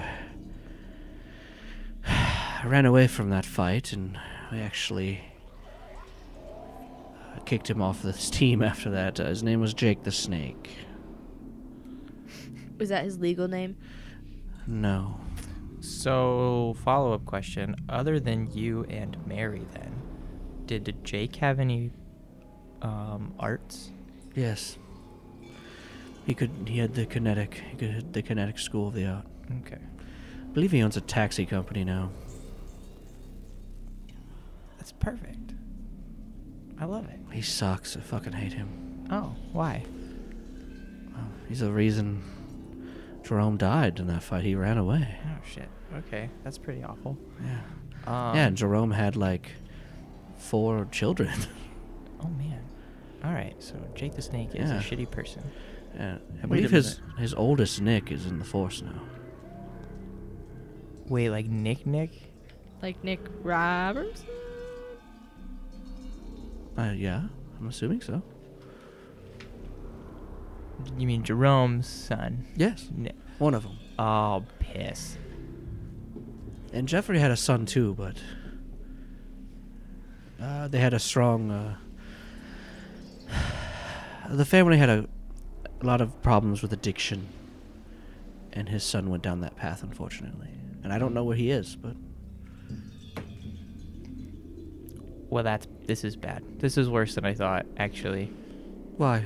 Speaker 1: ran away from that fight, and we actually uh, kicked him off this team after that. Uh, his name was Jake the Snake.
Speaker 2: Was that his legal name?
Speaker 1: No,
Speaker 4: So, follow up question. Other than you and Mary, then, did Jake have any um, arts?
Speaker 1: yes, he could. He had the kinetic. He could had the kinetic school of the art.
Speaker 4: Okay.
Speaker 1: I believe he owns a taxi company now.
Speaker 4: That's perfect. I love it.
Speaker 1: He sucks. I fucking hate him.
Speaker 4: Oh, why?
Speaker 1: Well, he's the reason Jerome died in that fight. He ran away.
Speaker 4: Oh shit. Okay, that's pretty awful.
Speaker 1: Yeah.
Speaker 4: Um,
Speaker 1: yeah, and Jerome had like four children.
Speaker 4: Oh man. All right. So Jake the Snake is
Speaker 1: Yeah.
Speaker 4: a shitty person.
Speaker 1: yeah. Uh, I
Speaker 3: Wait a
Speaker 1: believe his
Speaker 3: minute.
Speaker 1: his oldest Nick is in the force now.
Speaker 4: Wait, like Nick Nick?
Speaker 2: Like Nick Roberts?
Speaker 1: Uh, yeah, I'm assuming so.
Speaker 4: You mean Jerome's son?
Speaker 1: Yes,
Speaker 4: Nick.
Speaker 1: one of them.
Speaker 4: Oh piss.
Speaker 1: And Jeffrey had a son too, but uh, they had a strong. Uh, the family had a, a lot of problems with addiction, and his son went down that path, unfortunately. And I don't know where he is, but
Speaker 4: well, that's this is bad. This is worse than I thought. Actually,
Speaker 1: Why?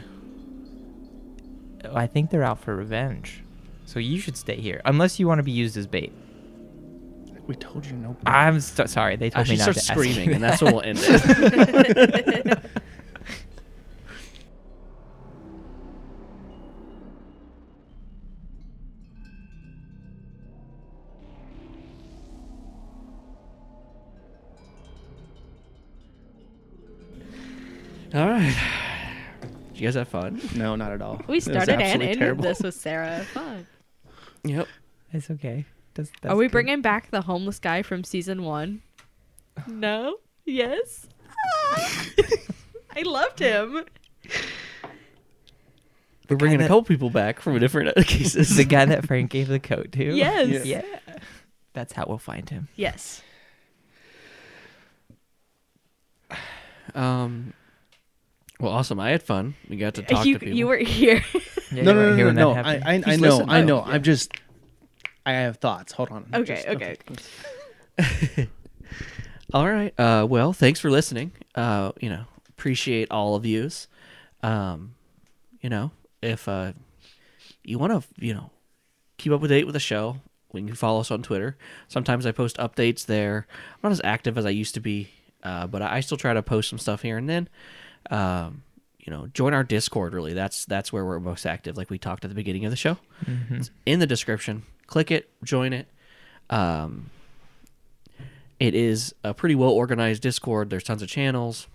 Speaker 4: I think they're out for revenge. So you should stay here, unless you want to be used as bait.
Speaker 3: We told you no.
Speaker 4: I'm st- sorry. They
Speaker 1: I
Speaker 4: told me
Speaker 1: should
Speaker 4: not
Speaker 1: start
Speaker 4: to ask
Speaker 1: screaming,
Speaker 4: you
Speaker 1: and that's when we'll
Speaker 4: that.
Speaker 1: end it. All right. Did you guys have fun?
Speaker 3: No, not at all. It
Speaker 2: We
Speaker 3: was
Speaker 2: started and
Speaker 3: absolutely
Speaker 2: ended
Speaker 3: terrible.
Speaker 2: this with Sarah. Fun.
Speaker 1: Yep.
Speaker 4: It's okay. That's, that's
Speaker 2: Are we
Speaker 4: good.
Speaker 2: bringing back the homeless guy from season one? No. Yes. Ah. I loved him.
Speaker 1: We're bringing a
Speaker 4: that-
Speaker 1: couple people back from different cases.
Speaker 4: the guy that Frank gave the coat to?
Speaker 2: Yes.
Speaker 4: Yeah. That's how we'll find him.
Speaker 2: Yes.
Speaker 1: Um. Well, awesome. I had fun. We got to talk
Speaker 2: you
Speaker 1: to people.
Speaker 2: you were here.
Speaker 4: Yeah,
Speaker 3: No,
Speaker 4: you weren't
Speaker 3: no,
Speaker 4: here
Speaker 3: no, no,
Speaker 4: when that
Speaker 3: no. I,
Speaker 4: happened.
Speaker 3: I, I
Speaker 1: He's
Speaker 3: know,
Speaker 1: listening.
Speaker 3: I know.
Speaker 1: Oh,
Speaker 3: I'm just. I have thoughts. Hold on.
Speaker 2: Okay,
Speaker 3: Just-
Speaker 2: okay.
Speaker 1: All right. Uh, well, thanks for listening. Uh, you know, appreciate all of yous. Um, you know, if uh, you want to, you know, keep up to date with the show, we can follow us on Twitter. Sometimes I post updates there. I'm not as active as I used to be, uh, but I I still try to post some stuff here and then. Um, you know, join our Discord. Really, that's that's where we're most active. Like we talked at the beginning of the show.
Speaker 4: Mm-hmm.
Speaker 1: It's in the description. Click it. Join it. Um, it is a pretty well organized Discord. There's tons of channels,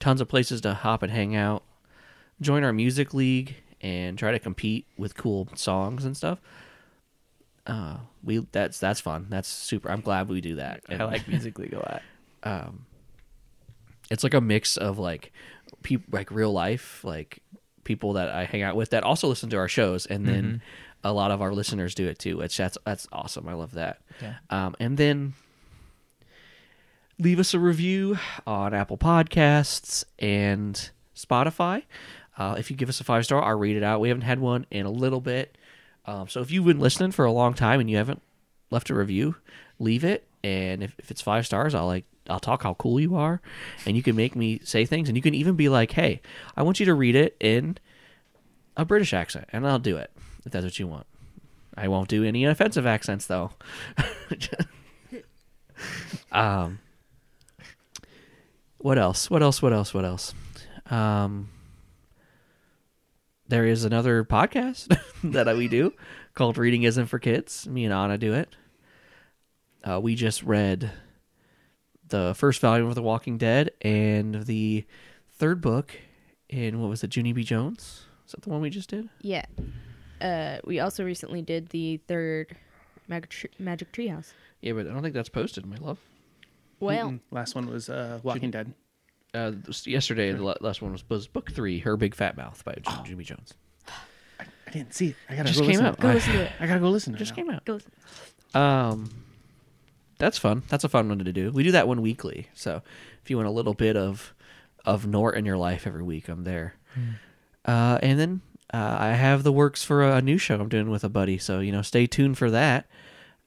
Speaker 1: tons of places to hop and hang out. Join our music league and try to compete with cool songs and stuff. Uh, we that's that's fun. That's super. I'm glad we do that.
Speaker 4: I like Music League a lot.
Speaker 1: it's like a mix of like people like real life like people that I hang out with that also listen to our shows and then a lot of our listeners do it too which that's that's awesome I love that
Speaker 4: Yeah.
Speaker 1: um, and then leave us a review on Apple Podcasts and Spotify uh, if you give us a five star I'll read it out we haven't had one in a little bit um, so if you've been listening for a long time and you haven't left a review, leave it. And if, if it's five stars, I'll like I'll talk how cool you are, and you can make me say things, and you can even be like, "Hey, I want you to read it in a British accent," and I'll do it if that's what you want. I won't do any offensive accents though. um, what else? What else? What else? What else? Um, there is another podcast that we do called Reading Isn't for Kids. Me and Anna do it. Uh, we just read the first volume of The Walking Dead and the third book in what was it, Junie B. Jones? Is that the one we just did?
Speaker 2: Yeah. Uh, we also recently did the third Magic, Tree- Magic Treehouse.
Speaker 1: Yeah, but I don't think that's posted, my love.
Speaker 2: Well,
Speaker 3: Mm-mm. mm, last one was uh, Walking Dead.
Speaker 1: Uh, this- yesterday, the la- last one was, was book three, Her Big Fat Mouth by Jun- Junie B. Jones.
Speaker 3: I didn't see it. I
Speaker 1: Oh.
Speaker 3: gotta
Speaker 1: Just
Speaker 3: go
Speaker 1: came
Speaker 3: listen.
Speaker 1: out.
Speaker 2: go
Speaker 1: I-
Speaker 2: listen to it.
Speaker 3: I gotta go listen.
Speaker 1: Just
Speaker 3: now.
Speaker 1: came out.
Speaker 2: Go listen.
Speaker 1: Um, that's fun. That's a fun one to do. We do that one weekly. So if you want a little bit of of Nort in your life every week, I'm there. Uh, and then uh, I have the works for a, a new show I'm doing with a buddy. So you know, stay tuned for that.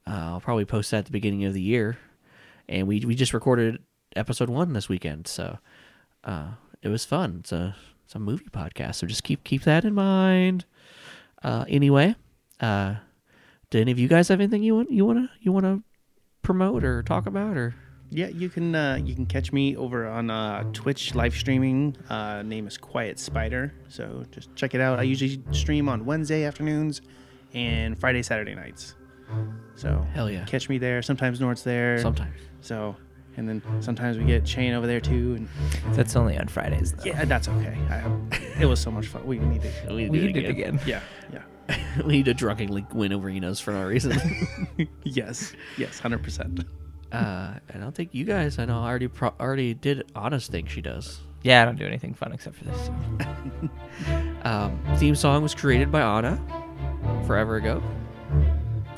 Speaker 1: Uh, I'll probably post that at the beginning of the year. And we we just recorded episode one this weekend, so uh, it was fun. It's a it's a movie podcast, so just keep keep that in mind. Uh, anyway, uh, do any of you guys have anything you want you wanna you wanna promote or talk about or
Speaker 3: Yeah, you can uh, you can catch me over on uh, Twitch live streaming. Uh, name is Quiet Spider, so just check it out. I usually stream on Wednesday afternoons and Friday Saturday nights. So
Speaker 1: Hell yeah.
Speaker 3: catch me there. Sometimes Nord's there.
Speaker 1: sometimes?
Speaker 3: So, and then sometimes we get Shane over there too. And
Speaker 4: That's only on Fridays though.
Speaker 3: yeah, that's okay. I, it was so much fun. We need to.
Speaker 1: We
Speaker 4: We did it again.
Speaker 3: Yeah, yeah.
Speaker 1: we need to drunkenly win over Enos for no reason.
Speaker 3: Yes, yes, hundred percent.
Speaker 1: uh, I don't think you guys. I know I already pro- already did honest thing she does.
Speaker 4: Yeah, I don't do anything fun except for this. so.
Speaker 1: Um, theme song was created by Anna forever ago.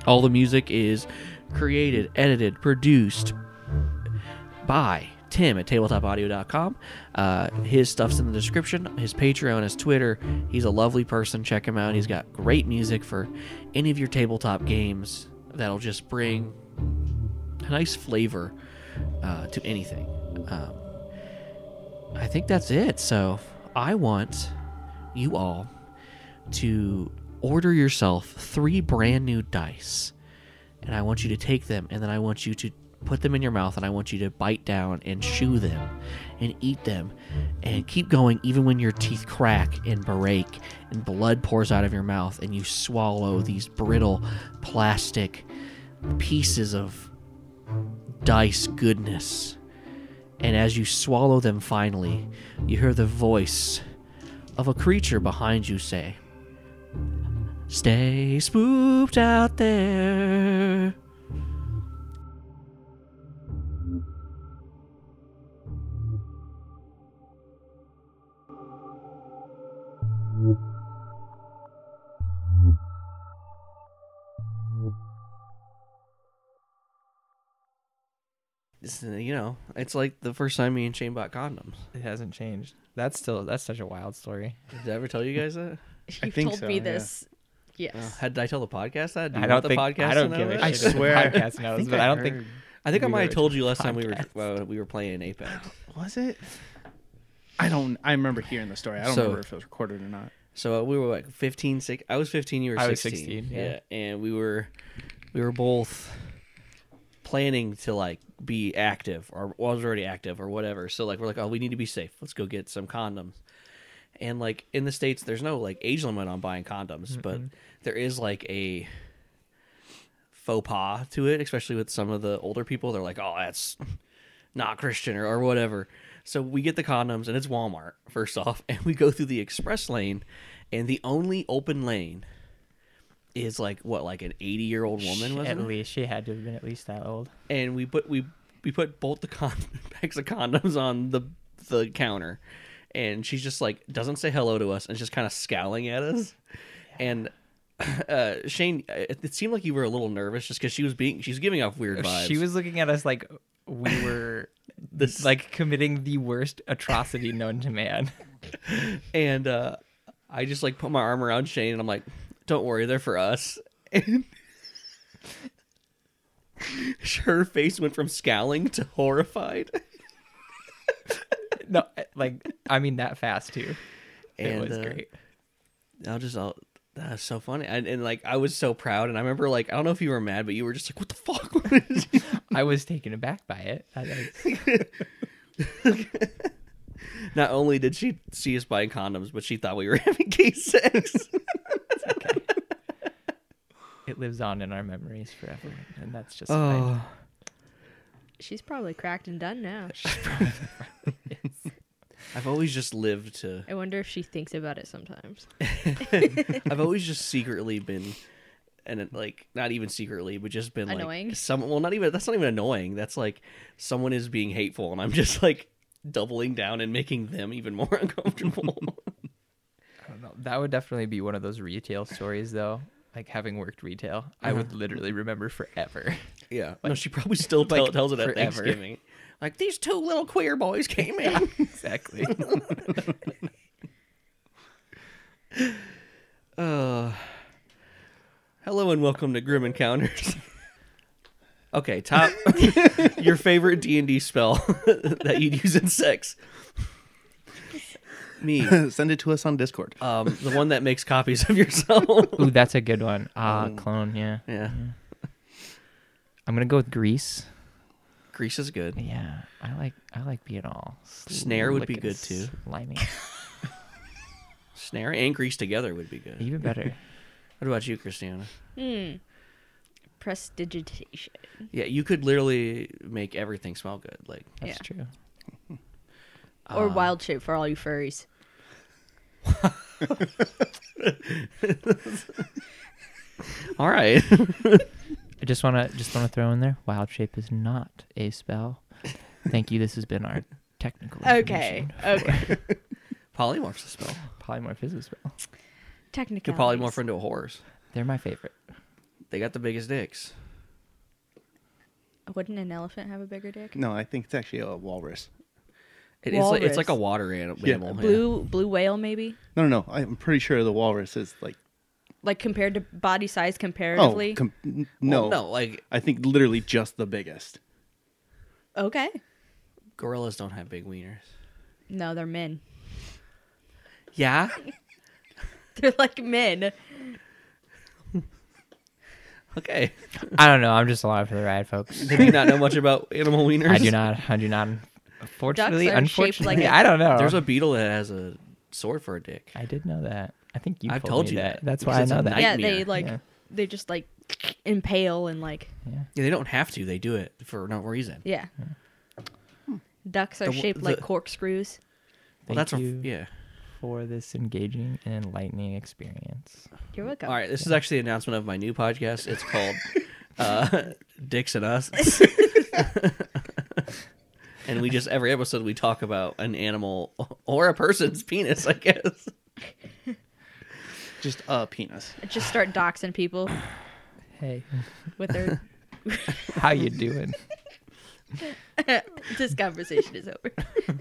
Speaker 1: All the music is created, edited, produced by Tim at tabletopaudio.com. Uh, his stuff's in the description. His Patreon, his Twitter. He's a lovely person. Check him out. He's got great music for any of your tabletop games that'll just bring a nice flavor uh, to anything.
Speaker 5: Um, I think that's it. So I want you all to order yourself three brand new dice, and I want you to take them, and then I want you to put them in your mouth, and I want you to bite down and chew them, and eat them, and keep going even when your teeth crack and break, and blood pours out of your mouth, and you swallow these brittle plastic pieces of dice goodness. And as you swallow them finally, you hear the voice of a creature behind you say, Stay spooked out there. It's, uh, you know, it's like the first time me and Shane bought condoms.
Speaker 4: It hasn't changed. That's still that's such a wild story.
Speaker 5: Did I ever tell you guys that?
Speaker 2: You've
Speaker 3: I think
Speaker 2: told
Speaker 3: so,
Speaker 2: me
Speaker 3: yeah.
Speaker 2: this.
Speaker 5: Uh,
Speaker 2: Yes.
Speaker 5: had did I tell the podcast that? Do
Speaker 4: I
Speaker 5: you
Speaker 4: don't
Speaker 5: want the
Speaker 4: think-
Speaker 5: podcast
Speaker 4: I don't
Speaker 5: to
Speaker 4: give
Speaker 5: know
Speaker 4: a
Speaker 5: that?
Speaker 3: I
Speaker 4: shit.
Speaker 3: swear.
Speaker 4: Podcast knows, but I don't think-
Speaker 3: heard-
Speaker 5: I think I
Speaker 3: We
Speaker 5: might have
Speaker 3: were-
Speaker 5: told you last time we were
Speaker 4: Podcast.
Speaker 5: uh, we were playing Apex.
Speaker 3: Was it? I don't. I remember hearing the story. I don't
Speaker 5: So-
Speaker 3: remember if it was recorded or not.
Speaker 5: So uh, we were like 15, six, I was 15, you were 16.
Speaker 4: I was 16, yeah.
Speaker 5: And we were we were both planning to like be active or well, I was already active or whatever. So like we're like, "Oh, we need to be safe. Let's go get some condoms." And like in the states there's no like age limit on buying condoms, but there is like a faux pas to it, especially with some of the older people. They're like, "Oh, that's not Christian or, or whatever. So we get the condoms and it's Walmart first off, and we go through the express lane, and the only open lane is like what like an eighty year old woman was
Speaker 4: at
Speaker 5: it?
Speaker 4: least she had to have been at least that old.
Speaker 5: and we put we we put both the con- bags of condoms on the the counter, and she's just like doesn't say hello to us and just kind of scowling at us, and. Uh, Shane, it it seemed like you were a little nervous just because she was being, she was giving off weird vibes.
Speaker 4: She was looking at us like we were
Speaker 5: This-
Speaker 4: like committing the worst atrocity known to man.
Speaker 5: and uh, I just like put my arm around Shane and I'm like, "Don't worry, they're for us." And her face went from scowling to horrified,
Speaker 4: No, like I mean that fast too. It
Speaker 5: and
Speaker 4: was
Speaker 5: uh,
Speaker 4: great.
Speaker 5: I'll just, I'll, that's so funny, and, and like I was so proud, and I remember like I don't know if you were mad, but you were just like, "What the fuck?" What is this?"
Speaker 4: I was taken aback by it. I, I,
Speaker 5: Not only did she see us buying condoms, but she thought we were having gay sex.
Speaker 4: it lives on in our memories forever, and that's just fine.
Speaker 5: oh,
Speaker 2: She's probably cracked and done now.
Speaker 5: I've always just lived to
Speaker 2: I wonder if she thinks about it sometimes.
Speaker 5: I've always just secretly been, and it, like not even secretly, but just been like,
Speaker 2: Annoying?
Speaker 5: Some well, not even that's not even annoying. That's like someone is being hateful, and I'm just like doubling down and making them even more uncomfortable.
Speaker 4: I don't know. That would definitely be one of those retail stories, though. Like having worked retail, I would
Speaker 5: Uh-huh.
Speaker 4: literally remember forever.
Speaker 5: yeah, no, she probably still tell,
Speaker 4: like,
Speaker 5: tells it at
Speaker 4: forever.
Speaker 5: Thanksgiving. Like these two little queer boys came in.
Speaker 4: exactly.
Speaker 5: Uh, hello and welcome to Grim Encounters. okay, top your favorite D and D spell that you'd use in sex. Me,
Speaker 3: Send it to us on Discord.
Speaker 5: um, the one that makes copies of yourself.
Speaker 4: Ooh, that's a good one. Ah,
Speaker 5: Oh.
Speaker 4: clone. Yeah,
Speaker 5: yeah,
Speaker 4: I'm gonna go with grease.
Speaker 5: grease is good.
Speaker 4: Yeah, I like I like being all
Speaker 5: Snare would be
Speaker 4: slick and
Speaker 5: good, too.
Speaker 4: Slimy,
Speaker 5: Snare and grease together would be good.
Speaker 4: even better.
Speaker 5: What about you, Christiana?
Speaker 2: Hmm. Prestidigitation.
Speaker 5: Yeah, you could literally make everything smell good. Like
Speaker 4: That's
Speaker 2: Yeah.
Speaker 4: true.
Speaker 2: Or wild shape for all you furries.
Speaker 5: all right,
Speaker 4: I just wanna just wanna throw in there. Wild shape is not a spell. Thank you. This has been our technical.
Speaker 2: Okay.
Speaker 4: information.
Speaker 2: Okay.
Speaker 5: polymorph's a spell.
Speaker 4: Polymorph is a spell.
Speaker 2: Technically.
Speaker 5: Could polymorph into a horse.
Speaker 4: They're my favorite.
Speaker 5: They got the biggest dicks.
Speaker 2: Wouldn't an elephant have a bigger dick?
Speaker 3: No, I think it's actually a walrus.
Speaker 5: It is like, it's
Speaker 2: Walrus.
Speaker 5: like a water animal.
Speaker 3: Yeah.
Speaker 5: yeah.
Speaker 2: Blue blue whale maybe?
Speaker 3: No, no, no. I'm pretty sure the walrus is like.
Speaker 2: Like compared to body size comparatively.
Speaker 3: Oh, com- n-
Speaker 5: Well,
Speaker 3: no,
Speaker 5: no, like
Speaker 3: I think literally just the biggest.
Speaker 2: okay.
Speaker 5: Gorillas don't have big wieners.
Speaker 2: No, they're men.
Speaker 5: Yeah.
Speaker 2: They're like men.
Speaker 5: Okay.
Speaker 4: I don't know. I'm just alive for the ride, folks.
Speaker 5: Did you not know much about animal wieners?
Speaker 4: I do not. I do not. Unfortunately,
Speaker 2: are shaped like
Speaker 4: unfortunately,
Speaker 2: a-
Speaker 4: I don't know.
Speaker 5: There's a beetle that has a sword for a dick.
Speaker 4: I did know that. I think you.
Speaker 5: I've
Speaker 4: told,
Speaker 5: told
Speaker 4: me
Speaker 5: you
Speaker 4: that.
Speaker 5: that,
Speaker 4: That's
Speaker 5: because
Speaker 4: why I
Speaker 5: it's a
Speaker 4: know that.
Speaker 5: night-
Speaker 2: Yeah, they
Speaker 5: Nightmare.
Speaker 2: like
Speaker 4: Yeah.
Speaker 2: they just like impale and like
Speaker 5: Yeah, they don't have to. They do it for no reason.
Speaker 2: yeah. Hmm. Ducks are
Speaker 5: The w-
Speaker 2: shaped like
Speaker 5: the-
Speaker 2: corkscrews.
Speaker 5: Well,
Speaker 4: Thank
Speaker 5: that's a,
Speaker 4: you
Speaker 5: yeah.
Speaker 4: for this engaging and enlightening experience.
Speaker 2: You're welcome.
Speaker 5: All right, this is actually the announcement of my new podcast. It's called uh, Dicks and Us. and we just every episode we talk about an animal or a person's penis, I guess.
Speaker 3: Just a penis.
Speaker 2: Just start doxing people
Speaker 4: Hey,
Speaker 2: with their.
Speaker 4: how you doing?
Speaker 2: this conversation is over.